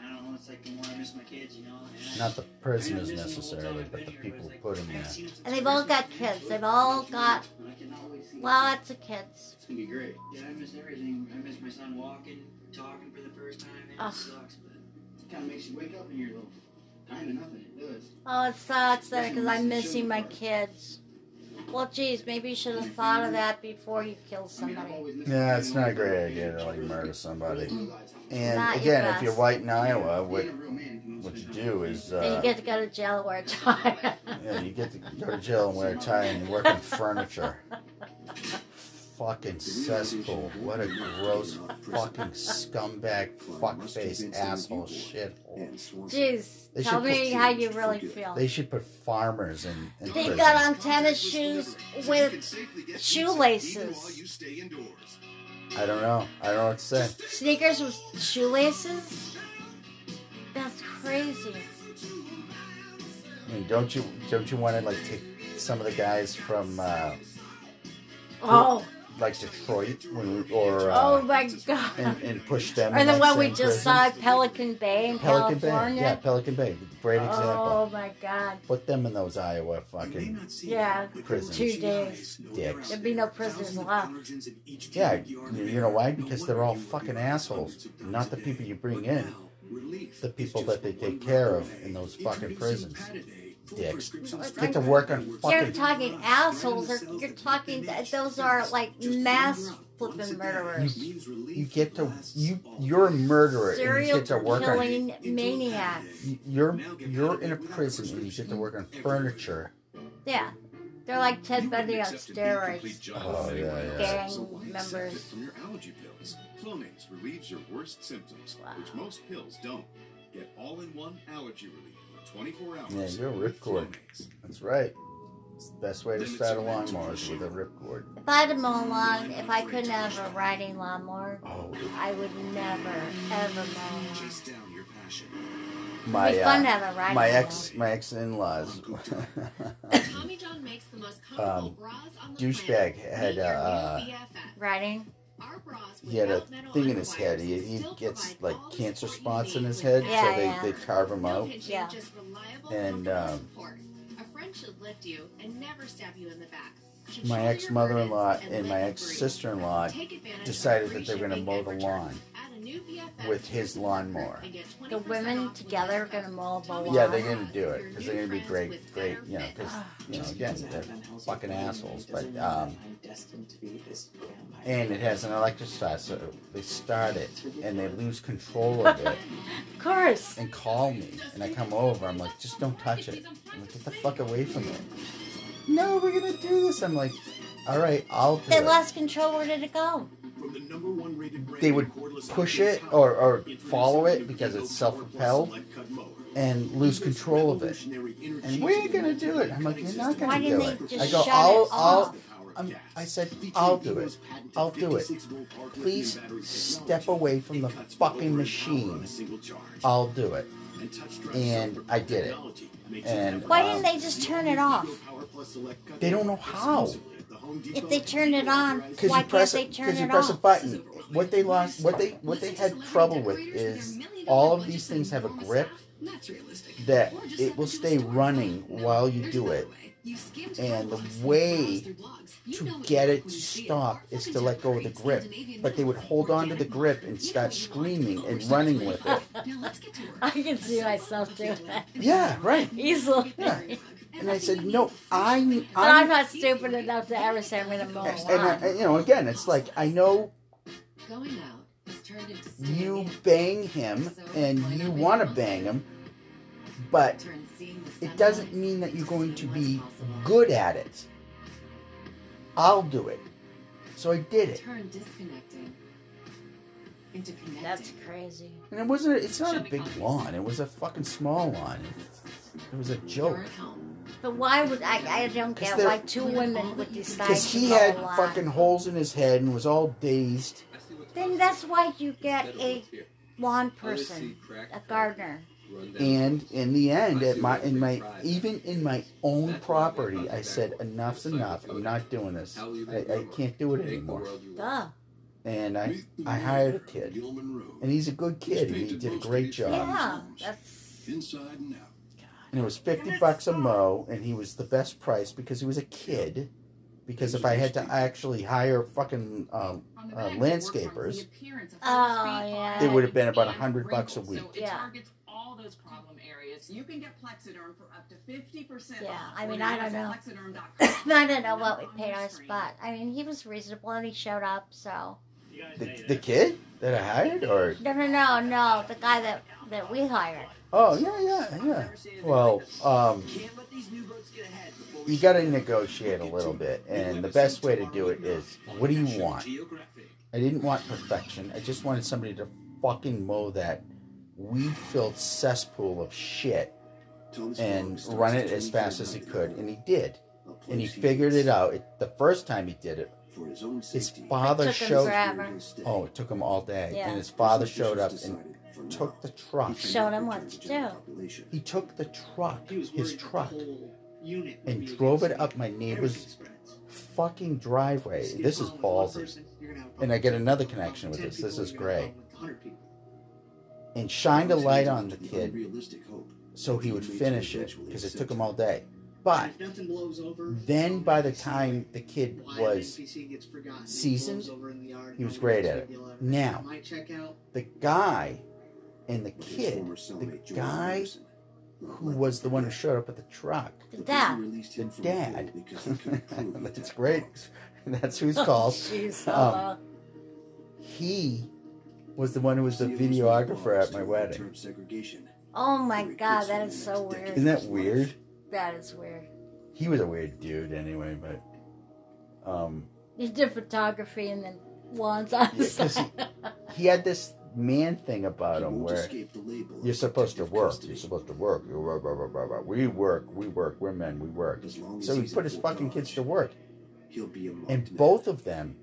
Speaker 14: know, it's like the more I miss my kids, you know. and I-
Speaker 2: Not the person
Speaker 14: I mean,
Speaker 2: is
Speaker 14: I miss them the whole time
Speaker 2: necessarily,
Speaker 14: I've
Speaker 2: but
Speaker 14: been
Speaker 2: the
Speaker 14: here,
Speaker 2: people
Speaker 14: it's
Speaker 2: who
Speaker 14: like,
Speaker 2: put them
Speaker 14: I
Speaker 2: there.
Speaker 14: haven't seen them since
Speaker 1: And they've all got
Speaker 14: Christmas,
Speaker 1: kids.
Speaker 14: but
Speaker 1: They've all got
Speaker 14: I can always see them.
Speaker 1: lots of kids.
Speaker 14: It's gonna be great. Yeah, I miss everything. I miss my son walking, talking for the first time. Man,
Speaker 1: Ugh.
Speaker 14: it sucks, but it kind of makes you wake up and you're a little kind of nothing. It does.
Speaker 1: Oh, it sucks that because I'm missing my kids. Well, geez, maybe you should have thought of that before you kill somebody.
Speaker 2: Yeah, it's not a great idea to like murder somebody. And
Speaker 1: Not your
Speaker 2: again, if you're
Speaker 1: best.
Speaker 2: white in Iowa, what what you do is
Speaker 1: And
Speaker 2: uh,
Speaker 1: you get to go to jail where it's *laughs* hard.
Speaker 2: yeah, you get to go to jail and wear a tie and work on furniture. Fucking cesspool! What a gross fucking scumbag, fuckface, asshole, shithole.
Speaker 1: Jeez,
Speaker 2: They
Speaker 1: tell
Speaker 2: should
Speaker 1: me
Speaker 2: put-
Speaker 1: how you really feel.
Speaker 2: They should put farmers in, in
Speaker 1: They
Speaker 2: prison.
Speaker 1: got on tennis shoes with shoelaces.
Speaker 2: I don't know. I don't know what to say.
Speaker 1: Sneakers with shoelaces? That's crazy.
Speaker 2: I mean, don't you don't you want to like take some of the guys from uh,
Speaker 1: Oh,
Speaker 2: like Detroit when we- or
Speaker 1: oh
Speaker 2: uh,
Speaker 1: my god.
Speaker 2: and, and push them?
Speaker 1: *laughs* Or
Speaker 2: in
Speaker 1: the
Speaker 2: that
Speaker 1: one we
Speaker 2: same
Speaker 1: just
Speaker 2: prison?
Speaker 1: saw at Pelican Bay in
Speaker 2: Pelican Bay. Yeah,
Speaker 1: California.
Speaker 2: Pelican Bay. Great example.
Speaker 1: oh my god.
Speaker 2: Put them in those Iowa fucking.
Speaker 1: Yeah,
Speaker 2: Prisons.
Speaker 1: two days.
Speaker 2: Dicks.
Speaker 1: There'd be no prisoners left.
Speaker 2: Yeah, you you know why? Because they're all fucking assholes. Not the people you bring in, the people that they take care of in those fucking prisons. Dicks. Get to work on
Speaker 1: You're
Speaker 2: fucking.
Speaker 1: talking assholes. Or you're talking. Those are like mass flipping murderers,
Speaker 2: You get to you. You're a murderer. and you
Speaker 1: serial
Speaker 2: get to work on
Speaker 1: killing maniacs.
Speaker 2: you're you're in a prison and you get to work on furniture.
Speaker 1: Yeah, they're like Ted Bundy on steroids.
Speaker 2: Oh yeah, yeah.
Speaker 1: Gang members.
Speaker 15: from your allergy pills. Flonase relieves your worst symptoms, which most pills don't. Get all-in-one allergy relief for 24
Speaker 2: Yeah,
Speaker 15: hours.
Speaker 2: you're a ripcord. That's right. It's the best way to start a lawnmower is with a ripcord.
Speaker 1: If I had a mow lawn, if I couldn't have a riding lawnmower,
Speaker 2: Oh,
Speaker 1: I would never ever mow a lawn.
Speaker 15: Chase down your passion.
Speaker 2: my
Speaker 1: It'd be fun to have a
Speaker 2: uh,
Speaker 1: riding
Speaker 2: my ex my ex in laws
Speaker 6: Tommy John makes the most
Speaker 2: um, douchebag had a uh,
Speaker 1: Riding.
Speaker 2: *laughs* he had a thing in his head. He, he gets like cancer spots in his head,
Speaker 1: Yeah,
Speaker 2: so they,
Speaker 1: yeah.
Speaker 2: they carve him out.
Speaker 1: Yeah.
Speaker 2: And um,
Speaker 6: A friend should lift you and never stab you in the back. Should
Speaker 2: my
Speaker 6: shoulder
Speaker 2: ex
Speaker 6: your
Speaker 2: mother in law
Speaker 6: burdens
Speaker 2: and my
Speaker 6: let you
Speaker 2: ex sister in law
Speaker 6: Take advantage of
Speaker 2: decided
Speaker 6: free
Speaker 2: that they were going to
Speaker 6: shipping
Speaker 2: mow
Speaker 6: and
Speaker 2: the
Speaker 6: returns.
Speaker 2: lawn
Speaker 6: Add a new BFF
Speaker 2: with his lawnmower.
Speaker 6: and get
Speaker 1: The
Speaker 6: 20%
Speaker 1: women together are gonna mow the lawn.
Speaker 2: Yeah, they're going to do it because they're going to be great, great, you know, because, you know, again, they're fucking assholes. But, um, and it has an electric start, so they start it and they lose control of
Speaker 1: *laughs*
Speaker 2: it
Speaker 1: Of course.
Speaker 2: and call me. And I come over, I'm like, just don't touch it. I'm like, get the fuck away from it. No, we're going to do this. I'm like, all right, I'll do
Speaker 1: They
Speaker 2: it.
Speaker 1: lost control. Where did it go?
Speaker 2: they would push it or, or follow it because it's self-propelled and lose control of it. And we're gonna do it. I'm like, you're not gonna
Speaker 1: Why
Speaker 2: do
Speaker 1: didn't
Speaker 2: it.
Speaker 1: they just
Speaker 2: I go,
Speaker 1: shut
Speaker 2: I'll,
Speaker 1: it
Speaker 2: I'll.
Speaker 1: off?
Speaker 2: I'm, I said, I'll do it. I'll do it. Please step away from the fucking machine. I'll do it. And I did it. And
Speaker 1: Why
Speaker 2: um,
Speaker 1: didn't they just turn it off?
Speaker 2: They don't know how.
Speaker 1: If they turned it on,
Speaker 2: Because
Speaker 1: why
Speaker 2: you press
Speaker 1: can't they
Speaker 2: it,
Speaker 1: turn
Speaker 2: because you
Speaker 1: it
Speaker 2: press a
Speaker 1: off?
Speaker 2: button. What they lost, what they what they had trouble with is all of these things have a grip that it will stay running while you do it. And the way to get it to stop is to let go of the grip. But they would hold on to the grip and start screaming and running with it.
Speaker 1: *laughs* I can see myself doing that
Speaker 2: Yeah, right.
Speaker 1: easily.
Speaker 2: Yeah. And I said, no, I,
Speaker 1: But I'm
Speaker 2: I,
Speaker 1: not stupid enough to ever say I'm going to mow a
Speaker 2: and I,
Speaker 1: lawn.
Speaker 2: you know, again, it's like I know
Speaker 6: Going out is turned into
Speaker 2: you bang him and you want to bang him, but it doesn't mean that you're going to be good at it. I'll do it. So I did it.
Speaker 6: turn disconnecting into connecting.
Speaker 1: That's crazy.
Speaker 2: And it wasn't, it's not a big lawn. It was a fucking small lawn. It was a joke.
Speaker 1: But why would I? I don't
Speaker 2: 'Cause
Speaker 1: get
Speaker 2: they're-
Speaker 1: why two women would decide
Speaker 2: Because
Speaker 1: to
Speaker 2: he
Speaker 1: mow a
Speaker 2: had
Speaker 1: lawn.
Speaker 2: fucking holes in his head and was all dazed.
Speaker 1: Then that's why you get a lawn person, a gardener.
Speaker 2: And in the end, at my in my even in my own property, I said enough's enough. I'm not doing this. I, I can't do it anymore.
Speaker 1: Duh.
Speaker 2: and I I hired a kid, and he's a good kid, and he did a great job.
Speaker 1: Yeah, that's
Speaker 15: inside and out.
Speaker 2: And it was fifty bucks a mow, and he was the best price because he was a kid. Because if I had to actually hire fucking um, uh, landscapers,
Speaker 1: Oh yeah.
Speaker 2: it would have been about a hundred bucks a week.
Speaker 1: yeah.
Speaker 11: All those problem areas. You can get Plexiderm for up to 50%
Speaker 1: Yeah,
Speaker 11: off.
Speaker 1: I mean,
Speaker 11: when
Speaker 1: I
Speaker 11: you
Speaker 1: don't know.
Speaker 11: visit Plexiderm.com.
Speaker 1: *laughs* I don't know what we paid our spot. I mean, he was reasonable and he showed up, so.
Speaker 2: The, the kid that I hired, or
Speaker 1: No, no, no, no. The guy that, that we hired.
Speaker 2: oh yeah, yeah, yeah. Well, um, you got to negotiate a little bit, and the best way to do it is, what do you want? I didn't want perfection. I just wanted somebody to fucking mow that weed-filled cesspool of shit and run it as fast as he could, and he did. And he figured it out. It, the first time he did it,
Speaker 3: For his own safety,
Speaker 2: his father
Speaker 1: It took him
Speaker 2: showed.
Speaker 1: forever.
Speaker 2: Oh, it took him all day,
Speaker 1: Yeah.
Speaker 2: and his father showed up and took the truck.
Speaker 1: Showed him what to do.
Speaker 2: He took the truck, his truck,
Speaker 4: Unit.
Speaker 2: and drove it up my neighbor's fucking driveway. This is ballsy. And I get another connection with this. This is great. And shined a light on the kid
Speaker 3: Realistic hope.
Speaker 2: so he would finish it because it took him all day. But
Speaker 4: If nothing blows over,
Speaker 2: then by the time the kid was seasoned, he was great at it. Now,
Speaker 4: might check out.
Speaker 2: the guy and the kid, the guy who was the one who showed up with the truck,
Speaker 1: The dad.
Speaker 2: the dad. *laughs* That's great. *laughs* That's who's called.
Speaker 1: Oh, Jeez,
Speaker 2: Um, he was the one who was the videographer at my wedding.
Speaker 3: Segregation.
Speaker 1: oh my god, that is so weird.
Speaker 2: Isn't that weird?
Speaker 1: That is weird.
Speaker 2: He was a weird dude anyway, but um,
Speaker 1: You did photography and then wands on the
Speaker 2: Yeah, 'cause
Speaker 1: side.
Speaker 2: *laughs* he had this man thing about him where
Speaker 3: escape the label of
Speaker 2: you're supposed to work. You're supposed to work. You're blah, blah, blah, blah, blah. We work. We work. We're men. We work.
Speaker 3: as
Speaker 2: So he
Speaker 3: he's
Speaker 2: put
Speaker 3: in
Speaker 2: his
Speaker 3: full
Speaker 2: fucking kids to work.
Speaker 3: He'll be a monk.
Speaker 2: and both of them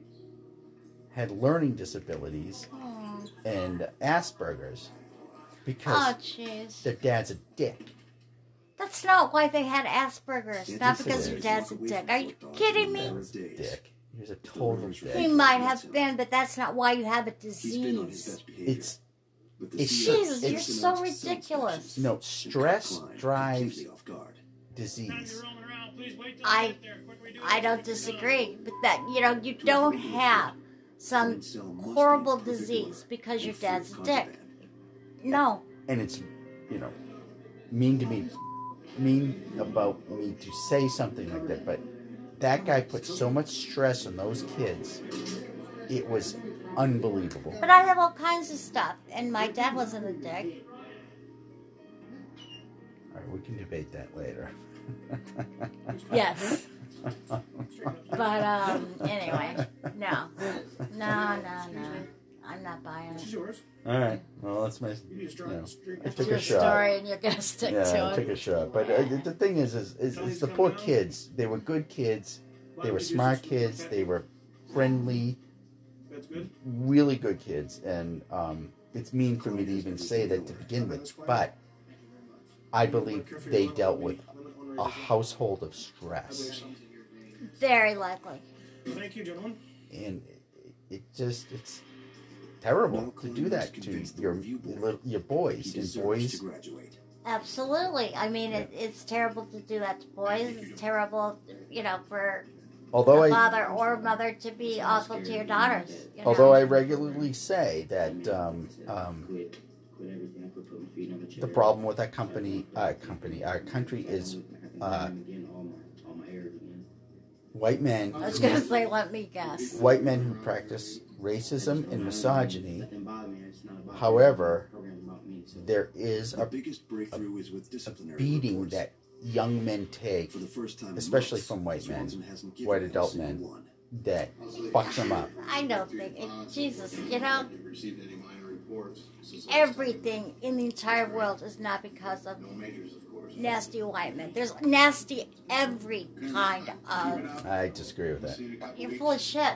Speaker 2: had learning disabilities
Speaker 1: Oh,
Speaker 2: and Asperger's
Speaker 1: Oh,
Speaker 2: because
Speaker 1: jeez.
Speaker 2: their dad's a dick.
Speaker 1: That's not why they had Asperger's. Not because your
Speaker 2: Disabilities.
Speaker 1: dad's a dick. Are you kidding me?
Speaker 2: Dick. He was a total
Speaker 1: He
Speaker 2: dick.
Speaker 1: might have been, but that's not why you have a disease.
Speaker 2: It's it's
Speaker 1: Jesus, you're
Speaker 2: it's
Speaker 1: so ridiculous.
Speaker 2: no stress drives disease.
Speaker 1: I I don't disagree, but that you know you don't have some horrible disease because your dad's a dick. No,
Speaker 2: and it's you know mean to me mean about me to say something like that but that guy put so much stress on those kids it was unbelievable
Speaker 1: but I have all kinds of stuff, and my dad wasn't a dick.
Speaker 2: all right we can debate that later *laughs*
Speaker 1: Yes. But um, anyway, no, no, no, no. I'm not buying it.
Speaker 2: all right well that's my
Speaker 9: need to
Speaker 2: you
Speaker 9: start
Speaker 2: know,
Speaker 9: street-
Speaker 2: i
Speaker 1: It's
Speaker 2: took
Speaker 1: your
Speaker 2: a shot
Speaker 1: story, and you're gonna *laughs* stick
Speaker 2: yeah,
Speaker 1: to
Speaker 2: I
Speaker 1: it.
Speaker 2: took a shot. But uh, the- the thing is, is, is, is the poor kids. They were good kids. They were smart kids. They were friendly,
Speaker 9: That's good.
Speaker 2: really good kids. And um, it's mean for me to even say that to begin with. But I believe they dealt with a household of stress,
Speaker 1: Very likely.
Speaker 9: Thank you, gentlemen.
Speaker 2: and it just it's terrible to do that to your little, your boys and boys.
Speaker 1: Absolutely. I mean, it, it's terrible to do that to boys. It's terrible, you know, for
Speaker 2: Although
Speaker 1: a
Speaker 2: I
Speaker 1: father or mother to be awful to your daughters. You know?
Speaker 2: Although I regularly say that um, um,
Speaker 14: Quit everything. I quit putting feet on the chair.
Speaker 2: the problem with our company, our company, our country is uh,
Speaker 14: Again, all my, all my errors again.
Speaker 2: white men,
Speaker 1: I was gonna say, let me guess.
Speaker 2: white men who practice racism and misogyny.
Speaker 14: Nothing bothered me. It's not about me.
Speaker 2: However,
Speaker 14: The program's about me, so-
Speaker 2: there is
Speaker 3: The
Speaker 2: a
Speaker 3: biggest breakthrough is with disciplinary
Speaker 2: beating
Speaker 3: reports.
Speaker 2: that young men take,
Speaker 3: For the first time in
Speaker 2: especially
Speaker 3: months,
Speaker 2: from white men,
Speaker 3: Swanson hasn't given
Speaker 2: white
Speaker 3: me a
Speaker 2: adult
Speaker 3: single
Speaker 2: men,
Speaker 3: one.
Speaker 2: that fucks them up.
Speaker 1: I don't think it, Jesus, you know,
Speaker 12: You've received any minor reports since last time.
Speaker 1: everything in the entire world is not because of
Speaker 12: No majors, of course.
Speaker 1: nasty white men. There's nasty every kind of.
Speaker 2: I disagree with that.
Speaker 12: See you in a couple
Speaker 1: You're
Speaker 12: weeks,
Speaker 1: full of shit.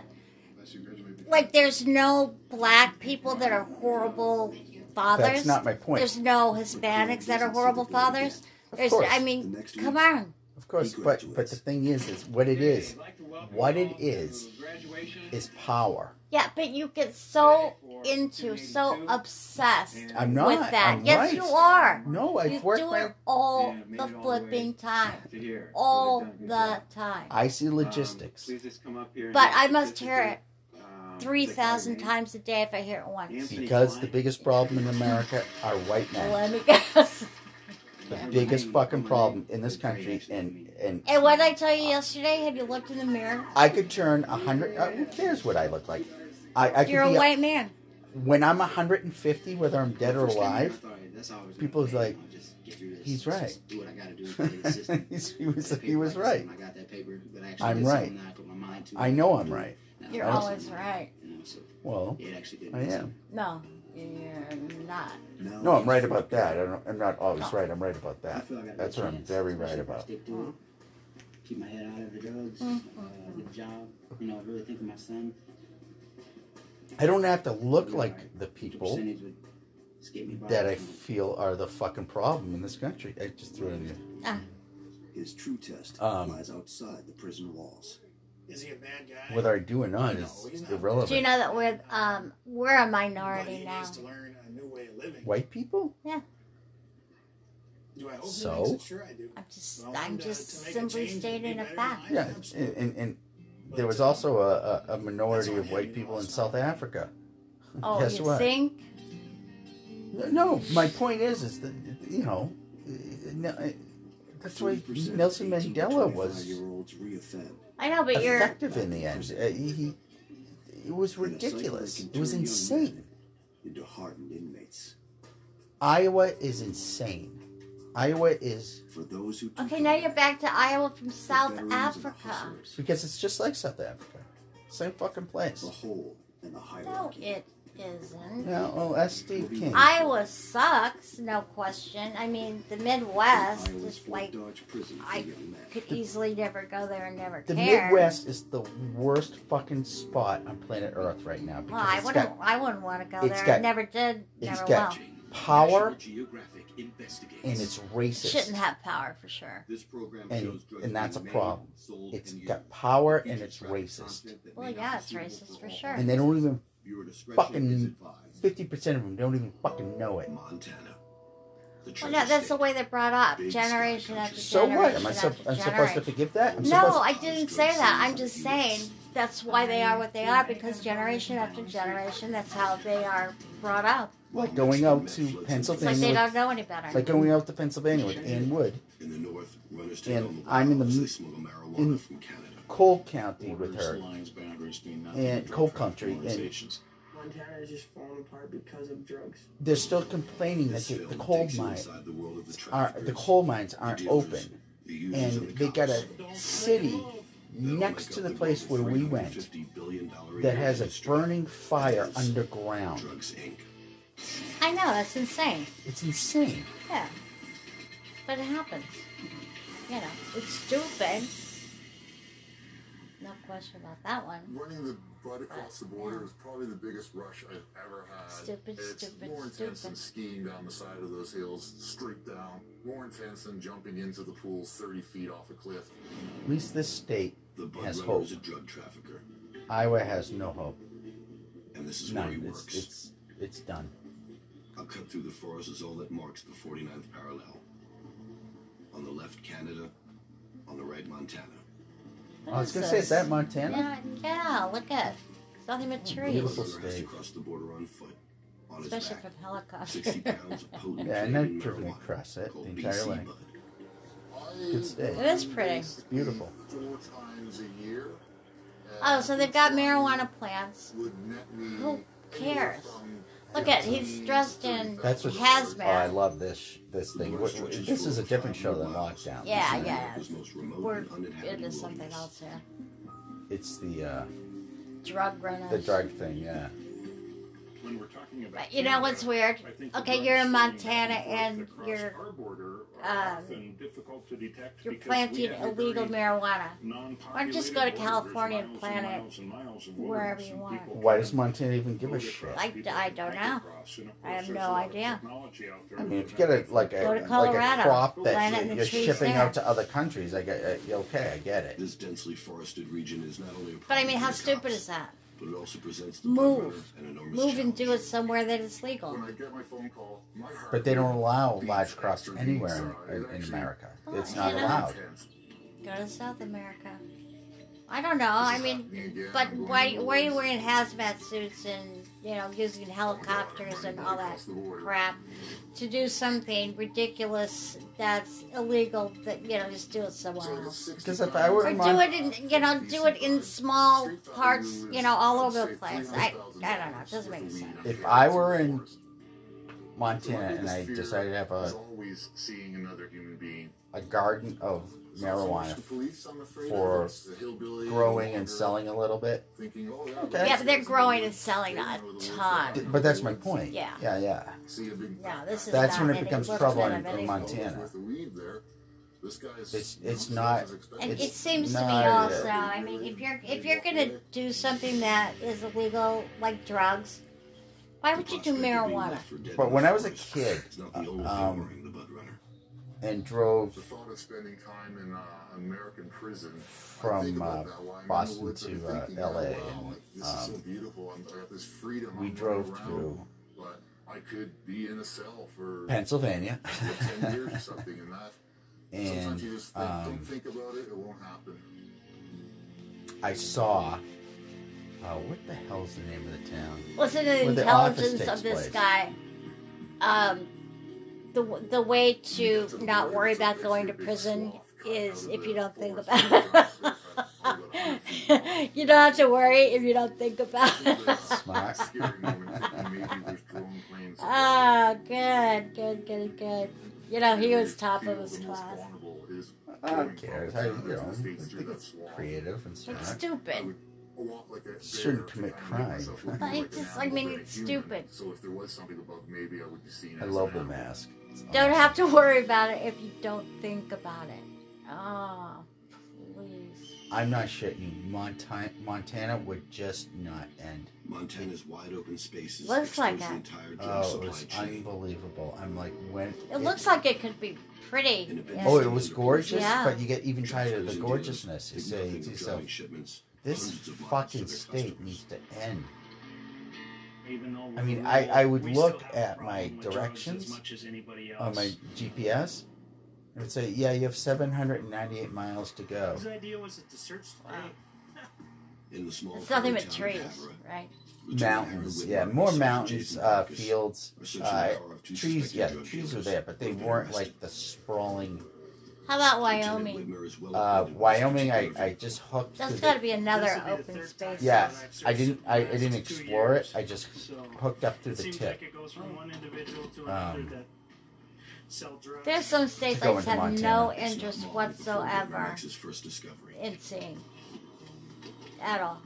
Speaker 12: unless you graduate before.
Speaker 1: Like, there's no black people that are horrible fathers.
Speaker 2: That's not my point.
Speaker 1: There's no Hispanics that are horrible fathers. There's,
Speaker 2: course.
Speaker 1: I mean, come on.
Speaker 2: Of course, but but the thing is, is what it is, what it is, is power.
Speaker 1: Yeah, but you get so into, so obsessed
Speaker 2: I'm not,
Speaker 1: with that.
Speaker 2: I'm
Speaker 1: yes,
Speaker 2: right.
Speaker 1: you are.
Speaker 2: No, I've
Speaker 1: you
Speaker 2: worked
Speaker 1: do
Speaker 2: my-
Speaker 1: it all the flipping time, all the time.
Speaker 2: I see
Speaker 4: Um,
Speaker 2: logistics.
Speaker 1: But I must hear it three thousand times a day if I hear it once.
Speaker 2: Because the biggest problem in America are white men.
Speaker 1: Let me *laughs* guess.
Speaker 2: The biggest fucking problem in this country, and and
Speaker 1: And what did I tell you yesterday? Have you looked in the mirror?
Speaker 2: I could turn a hundred. Uh, who cares what I look like? I, I could
Speaker 1: You're a
Speaker 2: be
Speaker 1: white man.
Speaker 2: when I'm 150, whether I'm dead or
Speaker 4: First time I
Speaker 2: alive.
Speaker 4: thought, that's how I was gonna
Speaker 2: People is
Speaker 4: pay.
Speaker 2: like,
Speaker 4: I'll just get through this.
Speaker 2: he's
Speaker 4: Let's
Speaker 2: right.
Speaker 4: just do what I gotta do to play the system.
Speaker 2: He's- *laughs* he was
Speaker 4: That
Speaker 2: he
Speaker 4: paper,
Speaker 2: was
Speaker 4: like I said,
Speaker 2: right.
Speaker 4: I got that paper, but I actually
Speaker 2: I'm
Speaker 4: did something
Speaker 2: right.
Speaker 4: that I put my mind to.
Speaker 2: I know I'm right.
Speaker 4: Now,
Speaker 1: You're
Speaker 4: I was-
Speaker 1: always right.
Speaker 4: you know, so
Speaker 2: Well,
Speaker 4: it actually did
Speaker 2: I
Speaker 4: make
Speaker 2: am.
Speaker 1: No, you're not.
Speaker 2: No, I'm right about that. I don't, I'm not always right. I'm right about that. That's what I'm very right about.
Speaker 4: Stick to it. Keep my head out of the drugs,
Speaker 1: Mm-hmm.
Speaker 4: uh, the job. You know, I really think of my son.
Speaker 2: I don't have to look like the people
Speaker 4: Percentage would skip me by.
Speaker 2: that I feel are the fucking problem in this country. I just threw it in there.
Speaker 3: His true test
Speaker 2: Um,
Speaker 3: lies outside the prison walls.
Speaker 9: Is he a bad guy?
Speaker 2: Whether I do or not is irrelevant.
Speaker 1: Do you know that we're um we're a minority now?
Speaker 9: To learn a new way of living.
Speaker 2: White people?
Speaker 1: Yeah.
Speaker 9: Do I hope he
Speaker 2: So?
Speaker 9: makes it? Sure I do.
Speaker 1: I'm just
Speaker 9: But I want
Speaker 1: I'm
Speaker 9: him to-
Speaker 1: just
Speaker 9: to make a
Speaker 1: simply
Speaker 9: change and
Speaker 1: stating
Speaker 9: be
Speaker 1: a
Speaker 9: better
Speaker 1: fact.
Speaker 9: than I
Speaker 2: Yeah,
Speaker 9: am.
Speaker 2: and, and, and there was also a, a, a minority of white people in South Africa.
Speaker 1: Oh,
Speaker 2: Guess
Speaker 1: you
Speaker 2: what?
Speaker 1: think?
Speaker 2: No, my point is, is that you know, uh, uh, that's why Nelson Mandela was
Speaker 3: Olds reoffend.
Speaker 1: I know, but you're
Speaker 2: effective in the end. Uh, he, he- it was ridiculous. It was insane.
Speaker 3: Into hardened inmates.
Speaker 2: Iowa is insane. Iowa is
Speaker 3: For those who
Speaker 1: okay. Now you're back to Iowa from South
Speaker 3: veterans and
Speaker 1: Africa.
Speaker 2: because it's just like South Africa, same fucking place.
Speaker 3: the whole and the
Speaker 1: No,
Speaker 3: hierarchy.
Speaker 1: it isn't.
Speaker 2: Yeah, well, that's oh, Steve King.
Speaker 1: Iowa sucks, no question. I mean, the Midwest
Speaker 3: Iowa's
Speaker 1: is
Speaker 3: Fort
Speaker 1: like
Speaker 3: Dodge prison for
Speaker 1: I
Speaker 3: young men.
Speaker 1: could easily never go there and never
Speaker 2: The
Speaker 1: care.
Speaker 2: Midwest is the worst fucking spot on planet Earth right now
Speaker 1: Well,
Speaker 2: because
Speaker 1: I
Speaker 2: it's
Speaker 1: wouldn't.
Speaker 2: got
Speaker 1: I wouldn't want to go
Speaker 2: it's
Speaker 1: there. I
Speaker 2: got-
Speaker 1: never did.
Speaker 2: it's
Speaker 1: Never
Speaker 2: got
Speaker 1: will.
Speaker 2: power
Speaker 12: Geographic investigates.
Speaker 2: and it's racist.
Speaker 1: Shouldn't have power for sure.
Speaker 12: This program
Speaker 2: and
Speaker 12: shows drugs
Speaker 2: and that's a
Speaker 12: being made,
Speaker 2: problem.
Speaker 12: sold,
Speaker 2: It's
Speaker 12: and
Speaker 2: got
Speaker 12: used.
Speaker 2: power
Speaker 12: Features
Speaker 2: and it's
Speaker 12: graphic
Speaker 2: racist,
Speaker 12: content that
Speaker 1: Well,
Speaker 12: may not
Speaker 1: yeah,
Speaker 12: be
Speaker 1: it's
Speaker 12: suitable
Speaker 1: racist for
Speaker 12: all.
Speaker 1: sure.
Speaker 2: and they don't even
Speaker 12: Viewer discretion is
Speaker 2: fucking
Speaker 12: advised.
Speaker 2: fifty percent of them don't even fucking know it.
Speaker 12: Montana. The
Speaker 1: Well,
Speaker 12: Treasure
Speaker 1: no, that's the
Speaker 12: State.
Speaker 1: way they're brought up,
Speaker 12: Big sky
Speaker 1: generation
Speaker 12: country.
Speaker 1: after
Speaker 2: So
Speaker 1: generation.
Speaker 2: what? Am I, sup-
Speaker 1: after
Speaker 2: I'm supposed to
Speaker 1: generation.
Speaker 2: forgive that? I'm
Speaker 1: No,
Speaker 2: supposed
Speaker 1: I didn't say that. I'm just saying that's why they are what they are because generation after generation, that's how they are brought up.
Speaker 2: like going out to
Speaker 1: It's like they
Speaker 2: Pennsylvania.
Speaker 1: don't
Speaker 2: With,
Speaker 1: know any better.
Speaker 2: like going out to Pennsylvania with Ann Wood
Speaker 12: In the north, runners take
Speaker 2: and
Speaker 12: on the
Speaker 2: I'm in the
Speaker 12: wild as they
Speaker 2: m-
Speaker 12: smuggle marijuana
Speaker 2: in
Speaker 12: from Canada.
Speaker 2: Cole County with her
Speaker 12: Lines, boundaries being nothing
Speaker 2: and
Speaker 12: but
Speaker 2: Cole
Speaker 12: drug
Speaker 2: Country and
Speaker 12: organizations.
Speaker 16: Montana is just falling apart because of drugs.
Speaker 2: they're still complaining that
Speaker 12: This
Speaker 2: the,
Speaker 12: film
Speaker 2: the coal
Speaker 12: takes you
Speaker 2: mine
Speaker 12: inside the world of the
Speaker 2: are the
Speaker 12: traffickers,
Speaker 2: coal mines aren't
Speaker 12: dealers,
Speaker 2: open,
Speaker 12: the users,
Speaker 2: and
Speaker 12: the
Speaker 2: they got a
Speaker 12: cops.
Speaker 2: city
Speaker 12: That'll make
Speaker 2: next to
Speaker 12: up
Speaker 2: the
Speaker 12: world
Speaker 2: place
Speaker 12: of
Speaker 2: where we went
Speaker 12: $350 billion dollar
Speaker 2: that has a
Speaker 12: industry.
Speaker 2: burning fire
Speaker 12: That's
Speaker 2: underground.
Speaker 12: Drugs Inc.
Speaker 1: I know, that's insane.
Speaker 2: It's insane.
Speaker 1: Yeah. But it happens. You know, it's stupid. No question about that one.
Speaker 17: Running the blood across the border is probably the biggest rush I've ever had.
Speaker 1: Stupid,
Speaker 17: it's
Speaker 1: stupid,
Speaker 17: more intense than
Speaker 1: stupid.
Speaker 17: skiing down the side of those hills, straight down. More intense than jumping into the pools 30 feet off a cliff.
Speaker 2: At least this state
Speaker 12: The Bud
Speaker 2: has
Speaker 12: Runner
Speaker 2: hope.
Speaker 12: is a drug trafficker,
Speaker 2: Iowa has no hope.
Speaker 12: and this is where he
Speaker 2: None. It's,
Speaker 12: works.
Speaker 2: it's it's done.
Speaker 12: I'll cut through the forest as all that marks the 49th parallel. On the left, Canada. On the right, Montana.
Speaker 1: What
Speaker 2: I was
Speaker 1: is
Speaker 2: gonna say, is
Speaker 1: this?
Speaker 2: that Montana?
Speaker 1: Yeah, yeah, look at It's nothing but trees.
Speaker 2: Beautiful
Speaker 12: Brother has to
Speaker 2: state.
Speaker 12: cross the border on foot. On his
Speaker 1: Especially
Speaker 12: back,
Speaker 1: from
Speaker 12: 60
Speaker 1: *laughs* helicopters.
Speaker 12: pounds of potent
Speaker 2: Yeah, and I've
Speaker 12: Canadian
Speaker 2: driven
Speaker 12: marijuana
Speaker 2: across it
Speaker 12: called
Speaker 2: the
Speaker 12: BC
Speaker 2: entire way.
Speaker 12: Bud.
Speaker 2: Good state.
Speaker 1: It is pretty.
Speaker 2: It's beautiful.
Speaker 17: Four times a year.
Speaker 1: Oh, so they've got marijuana plants.
Speaker 17: Would net me
Speaker 1: Who
Speaker 17: anywhere
Speaker 1: cares?
Speaker 17: from
Speaker 1: Look at he's dressed in
Speaker 2: That's what
Speaker 1: hazmat.
Speaker 2: Oh, I love this this thing. What- what- This is a different show than Lockdown.
Speaker 1: Yeah,
Speaker 12: This is
Speaker 1: yeah.
Speaker 12: America's most remote
Speaker 1: We're
Speaker 12: and uninhabited
Speaker 1: into something
Speaker 12: wilderness.
Speaker 1: else here.
Speaker 2: It's the uh,
Speaker 1: Drug runners.
Speaker 2: the drug thing. Yeah.
Speaker 1: But you know what's weird? Okay, you're in Montana and you're um, you're planting illegal marijuana. Why don't just go to California and plant it wherever you want?
Speaker 2: Why does Montana even give a shit?
Speaker 1: I, I don't know. I have no idea.
Speaker 2: I mean, if you get a like a
Speaker 1: Go to
Speaker 2: like a
Speaker 1: Colorado.
Speaker 2: crop
Speaker 1: Plant
Speaker 2: that
Speaker 1: it
Speaker 2: you're,
Speaker 1: in
Speaker 2: you're
Speaker 1: the trees
Speaker 2: shipping
Speaker 1: there.
Speaker 2: out to other countries, I get uh, okay, I get it.
Speaker 12: This densely forested region is not only a problem
Speaker 1: But I mean,
Speaker 12: for
Speaker 1: how
Speaker 12: the
Speaker 1: stupid
Speaker 12: cops,
Speaker 1: is that?
Speaker 12: But it also presents the
Speaker 1: Move.
Speaker 12: An enormous
Speaker 1: Move and do it somewhere that it's legal.
Speaker 2: But they don't allow large crops anywhere in, in America. It's not allowed.
Speaker 1: Go to South America. I don't know. I mean, but why, why are you wearing hazmat suits and, you know, using helicopters and all that crap to do something ridiculous that's illegal that, you know, just do it somewhere else?
Speaker 2: Because if I were
Speaker 1: Or
Speaker 2: in
Speaker 1: do
Speaker 2: Mon-
Speaker 1: it in, you know, do it in small parts, you know, all over the place. I, I don't know. It doesn't make sense.
Speaker 2: if I were in Montana and I decided to have a
Speaker 17: always seeing another human being.
Speaker 2: a garden of marijuana for growing and selling a little bit, okay.
Speaker 1: Yeah, but they're growing and selling a ton.
Speaker 2: But that's my point.
Speaker 1: Yeah.
Speaker 2: Yeah, yeah.
Speaker 1: No, this is
Speaker 2: That's
Speaker 1: not
Speaker 2: when it
Speaker 1: any
Speaker 2: becomes
Speaker 1: worth
Speaker 2: trouble
Speaker 1: none
Speaker 2: in,
Speaker 1: of it.
Speaker 2: in Montana. It's it's not.
Speaker 1: And it
Speaker 2: it's
Speaker 1: seems to me
Speaker 2: not, uh,
Speaker 1: also, I mean, if you're if you're gonna do something that is illegal, like drugs, why would you do marijuana?
Speaker 2: But when I was a kid, um, and drove
Speaker 17: The thought of spending time in uh, American prison
Speaker 2: from uh, Boston to uh, L.A. and um,
Speaker 17: beautiful. I'm, I got this freedom.
Speaker 2: we
Speaker 17: I'm
Speaker 2: drove
Speaker 17: running around,
Speaker 2: through
Speaker 17: but I could be in a cell for
Speaker 2: Pennsylvania.
Speaker 17: ten
Speaker 2: *laughs*
Speaker 17: years or something, and that. sometimes you
Speaker 2: and
Speaker 17: just think,
Speaker 2: um,
Speaker 17: don't think about it; it won't happen.
Speaker 2: *laughs* I saw. Uh, what the hell's the name of the town?
Speaker 1: Listen to the
Speaker 2: Where office
Speaker 1: intelligence
Speaker 2: takes
Speaker 1: of this
Speaker 2: place.
Speaker 1: guy. Um, the w- the way to not worry about going to prison is if you don't think about *laughs* it. you don't have to worry if you don't think about *laughs* it.
Speaker 2: Smart.
Speaker 1: Oh, good, good, good, good. You know, he was top of his class.
Speaker 2: Uh, who cares? I, you know, I think it's creative and
Speaker 1: Like
Speaker 2: smart.
Speaker 1: stupid.
Speaker 2: Shouldn't commit crime.
Speaker 1: But I just, I mean, it's stupid.
Speaker 17: So if there was something above, maybe I would be seen.
Speaker 2: I
Speaker 17: as
Speaker 2: love
Speaker 17: an
Speaker 2: the
Speaker 17: animal.
Speaker 2: mask.
Speaker 1: Don't have to worry about it if you don't think about it. Oh, please.
Speaker 2: I'm not shitting you. Montana, Montana would just not end.
Speaker 12: Montana's wide open spaces
Speaker 1: Looks like
Speaker 12: expose the
Speaker 1: that.
Speaker 12: entire drug
Speaker 2: Oh, it
Speaker 12: supply
Speaker 2: was
Speaker 12: chain.
Speaker 2: unbelievable. I'm like, when?
Speaker 1: It looks like it could be pretty. yeah.
Speaker 2: Oh, it was gorgeous,
Speaker 1: Yeah.
Speaker 2: but you get even tired of the gorgeousness. You say to yourself, this fucking state needs to end.
Speaker 13: Even though
Speaker 2: I
Speaker 13: we're
Speaker 2: mean,
Speaker 13: rural,
Speaker 2: I, I would
Speaker 13: we still
Speaker 2: look
Speaker 13: have a
Speaker 2: at
Speaker 13: problem
Speaker 2: my
Speaker 13: with drugs
Speaker 2: directions
Speaker 13: as much as anybody
Speaker 2: on
Speaker 13: else.
Speaker 2: my GPS and it would say, yeah, you have 798 miles to go.
Speaker 13: Whose idea was it to search the lake?
Speaker 12: In the small
Speaker 1: It's nothing but
Speaker 12: town of
Speaker 1: trees,
Speaker 12: Havre,
Speaker 1: right?
Speaker 2: Mountains, yeah, more mountains, uh, fields, uh, trees, yeah, trees were there, but they weren't like the sprawling.
Speaker 1: How about Wyoming?
Speaker 2: Uh, Wyoming, I, I just hooked. to
Speaker 1: That's
Speaker 2: the-
Speaker 1: got to be another open space.
Speaker 2: Yeah, I didn't I, I didn't explore it. I just hooked up to
Speaker 13: It
Speaker 2: the
Speaker 13: seems
Speaker 2: tip.
Speaker 13: like it goes
Speaker 9: Oh.
Speaker 13: from one individual to another
Speaker 2: Um,
Speaker 13: that sell drugs.
Speaker 1: There's some states
Speaker 2: To go
Speaker 1: that
Speaker 2: into
Speaker 1: have no
Speaker 2: Montana. It's
Speaker 1: interest
Speaker 12: Not long before Goldman
Speaker 1: whatsoever
Speaker 12: Sachs' first discovery.
Speaker 1: in seeing at all.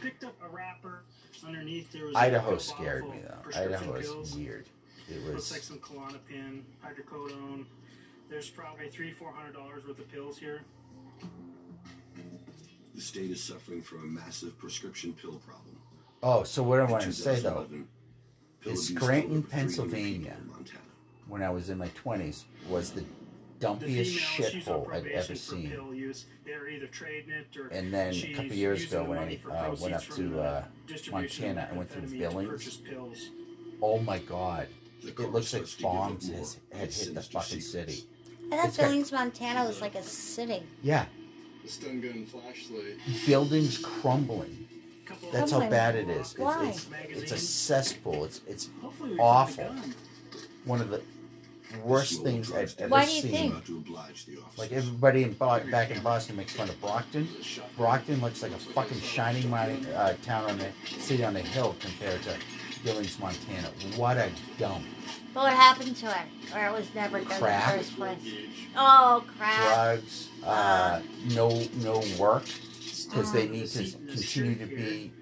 Speaker 13: Picked up a wrapper. Underneath there was a
Speaker 2: Idaho
Speaker 13: bottle
Speaker 2: scared
Speaker 13: full
Speaker 2: me
Speaker 13: of
Speaker 2: though.
Speaker 13: prescription
Speaker 2: Idaho
Speaker 13: pills.
Speaker 2: is weird. It
Speaker 13: Looks like
Speaker 2: was
Speaker 13: some Klonopin, hydrocodone. There's probably three, four hundred dollars worth of pills here.
Speaker 12: The state is suffering from a massive prescription pill problem.
Speaker 2: oh, so what I
Speaker 12: In
Speaker 2: want to say though
Speaker 12: 2011, pill
Speaker 2: is
Speaker 12: abuse
Speaker 2: Scranton,
Speaker 12: killed over 300
Speaker 2: Pennsylvania,
Speaker 12: people in Montana.
Speaker 2: when I was in my twenties, was the
Speaker 13: The
Speaker 2: dumpiest
Speaker 13: female, she's on
Speaker 2: shithole I'd
Speaker 13: probation
Speaker 2: ever
Speaker 13: for
Speaker 2: seen.
Speaker 13: Pill use. They're either trading it or
Speaker 2: And then a
Speaker 13: she's
Speaker 2: couple years
Speaker 13: using
Speaker 2: ago,
Speaker 13: the
Speaker 2: when
Speaker 13: money
Speaker 2: I
Speaker 13: for
Speaker 2: uh, went up
Speaker 13: proceeds from
Speaker 2: to
Speaker 13: the
Speaker 2: uh,
Speaker 13: distribution of
Speaker 2: Montana, I went through
Speaker 13: methamphetamine to
Speaker 2: Billings.
Speaker 13: purchase pills.
Speaker 2: Oh my god. It
Speaker 12: car
Speaker 2: looks like
Speaker 12: starts to give up
Speaker 2: bombs
Speaker 12: more.
Speaker 2: has, had
Speaker 12: It
Speaker 2: hit the
Speaker 12: sends to
Speaker 2: fucking
Speaker 12: secrets.
Speaker 2: city.
Speaker 1: I thought
Speaker 2: It's got-
Speaker 1: Billings, Montana was like a city.
Speaker 2: Yeah,
Speaker 18: The stun gun flashlight.
Speaker 2: buildings crumbling. That's how
Speaker 1: Crumbling.
Speaker 2: bad it is.
Speaker 1: Why?
Speaker 2: It's, it's, it's a cesspool. It's it's awful. One of the worst things I've ever
Speaker 1: Why do you
Speaker 2: seen.
Speaker 1: think?
Speaker 12: To oblige the officer.
Speaker 2: Like everybody in Bo- back in Boston makes fun of Brockton. Brockton looks like a fucking shining mi- uh, town on a city on a hill compared to Billings, Montana. What a dump!
Speaker 1: But what happened to it? Or it was never done
Speaker 2: Crap.
Speaker 1: in the first place. Oh, crap.
Speaker 2: Drugs, uh, no no work because they need to continue to be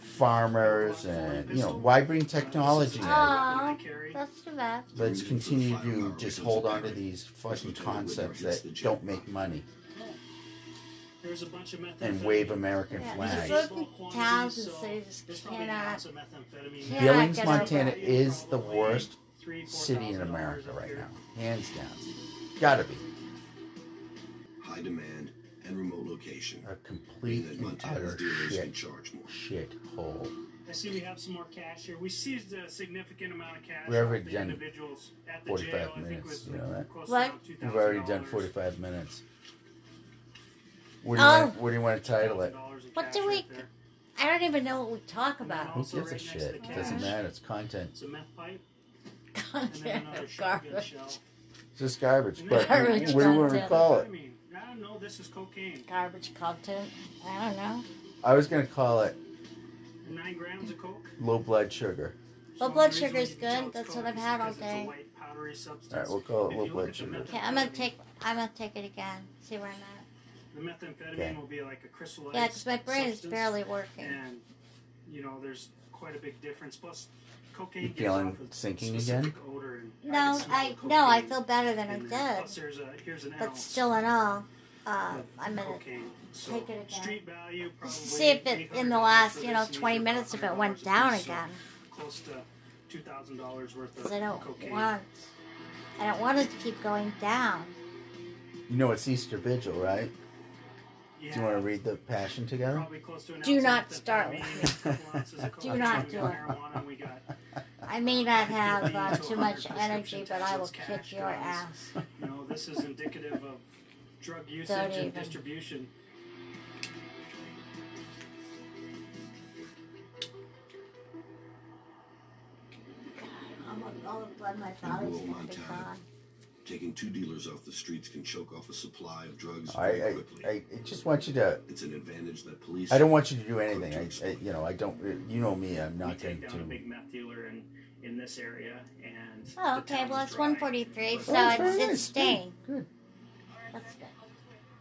Speaker 2: farmers and you know why bring technology in
Speaker 1: Oh, that's too bad.
Speaker 2: let's continue to just hold on to these fucking concepts that don't make money
Speaker 13: There's a bunch of methamphetamine.
Speaker 2: and wave american
Speaker 1: Yeah,
Speaker 2: flags
Speaker 1: certain towns and cities cannot. cannot
Speaker 2: billings
Speaker 1: get
Speaker 2: montana
Speaker 1: over it.
Speaker 2: is the worst city in america right now hands down gotta be
Speaker 12: High demand and remote location.
Speaker 2: a complete and utter shit shit hole
Speaker 13: I see we have some more cash here. We seized a significant amount of cash.
Speaker 2: We've already
Speaker 13: off the
Speaker 2: done
Speaker 13: individuals at the
Speaker 2: 45
Speaker 13: jail. I think it
Speaker 2: minutes.
Speaker 13: was
Speaker 2: You know that?
Speaker 13: close to
Speaker 1: What?
Speaker 13: around
Speaker 2: We've already done
Speaker 13: $2,000.
Speaker 2: 45 minutes. What do you,
Speaker 1: Oh.
Speaker 2: want, what do you want to title it?
Speaker 1: What do we? I don't even know what we talk about.
Speaker 2: Who gives a shit? It doesn't matter. It's content.
Speaker 13: It's a meth pipe.
Speaker 1: Content *laughs* of garbage.
Speaker 2: It's just garbage.
Speaker 1: And
Speaker 2: But
Speaker 1: then garbage
Speaker 2: what do you want to
Speaker 1: content.
Speaker 2: call it?
Speaker 13: I don't know. This is cocaine.
Speaker 1: Garbage content. I don't know.
Speaker 2: I was going to call it
Speaker 13: Nine grams of coke.
Speaker 2: low blood sugar.
Speaker 1: Well, blood sugar's good. That's what I've had all day.
Speaker 13: Powdery substance.
Speaker 2: All right, we'll call it low blood sugar.
Speaker 1: Okay, I'm gonna take. I'm gonna take it again. See where I'm at.
Speaker 13: The methamphetamine
Speaker 2: Okay.
Speaker 13: will be like a crystallized.
Speaker 1: Yeah, 'cause my brain is
Speaker 13: substance,
Speaker 1: barely working.
Speaker 13: And you know, there's quite a big difference. Plus, cocaine.
Speaker 2: You
Speaker 13: gives
Speaker 2: feeling
Speaker 13: off a
Speaker 2: sinking
Speaker 13: specific
Speaker 2: again?
Speaker 13: Odor and
Speaker 1: No, I no. I feel better than I
Speaker 13: and then plus
Speaker 1: did.
Speaker 13: there's a here's an
Speaker 1: But
Speaker 13: ounce
Speaker 1: still, in all, uh,
Speaker 13: of
Speaker 1: I'm gonna
Speaker 13: cocaine. So
Speaker 1: take it again.
Speaker 13: street value probably
Speaker 1: See if it in the
Speaker 13: $800
Speaker 1: last
Speaker 13: for
Speaker 1: you know
Speaker 13: this and
Speaker 1: 20
Speaker 13: these are
Speaker 1: minutes if it
Speaker 13: $500
Speaker 1: went
Speaker 13: a
Speaker 1: down
Speaker 13: piece, so
Speaker 1: again.
Speaker 13: Close to two thousand dollars worth of
Speaker 1: Because I don't
Speaker 13: cocaine.
Speaker 1: want. I don't want it to keep going down.
Speaker 2: You know it's Easter Vigil, right?
Speaker 13: Yeah,
Speaker 2: Do you want to read the Passion together?
Speaker 13: probably close to an
Speaker 1: Do
Speaker 13: ounce
Speaker 1: not
Speaker 13: of
Speaker 1: start
Speaker 13: methamphetamine,
Speaker 1: with
Speaker 13: a couple ounces of
Speaker 1: Do
Speaker 13: cocaine,
Speaker 1: not
Speaker 13: we
Speaker 1: do
Speaker 13: got
Speaker 1: it.
Speaker 13: marijuana, we got
Speaker 1: I may not have uh, too much energy, but I will kick your ass.
Speaker 13: You know, this is indicative of drug
Speaker 1: Don't
Speaker 13: usage and
Speaker 1: even.
Speaker 13: distribution.
Speaker 1: I'm- All the blood in my
Speaker 12: In
Speaker 1: body's
Speaker 12: rural
Speaker 1: gonna be
Speaker 12: Montana,
Speaker 1: gone.
Speaker 12: taking two dealers off the streets can choke off a supply of drugs
Speaker 2: I,
Speaker 12: very
Speaker 2: I,
Speaker 12: quickly.
Speaker 2: I I just want you to.
Speaker 12: it's an advantage that police.
Speaker 2: I don't want you to do anything. I, I you know I don't. uh, You know me. I'm
Speaker 13: We
Speaker 2: not going
Speaker 13: take down a
Speaker 2: to.
Speaker 13: big meth dealer in, in this area and.
Speaker 1: Oh,
Speaker 13: the
Speaker 1: okay.
Speaker 13: town
Speaker 1: Well,
Speaker 13: is
Speaker 1: it's
Speaker 13: dry.
Speaker 1: 143, so
Speaker 2: Oh, very
Speaker 1: it's,
Speaker 2: nice.
Speaker 1: it's staying.
Speaker 2: Good.
Speaker 1: That's good.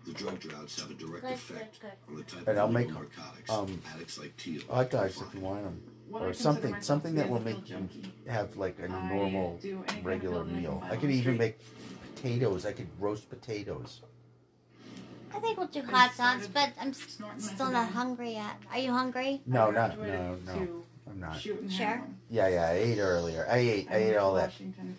Speaker 12: The drug droughts have a direct
Speaker 1: Good,
Speaker 12: effect
Speaker 1: good,
Speaker 12: on the type of
Speaker 2: And I'll make
Speaker 12: legal narcotics
Speaker 2: um
Speaker 12: addicts like Teal.
Speaker 2: hot dogs if you want them, or something something that will make you have like a normal regular meal. I could even make potatoes. I could roast potatoes.
Speaker 1: I think we'll do hot dogs, but I'm s- still not hungry yet. Are you hungry?
Speaker 2: No, not no no. I'm not.
Speaker 1: Sure.
Speaker 2: Yeah, yeah. I ate earlier. I ate. I ate all that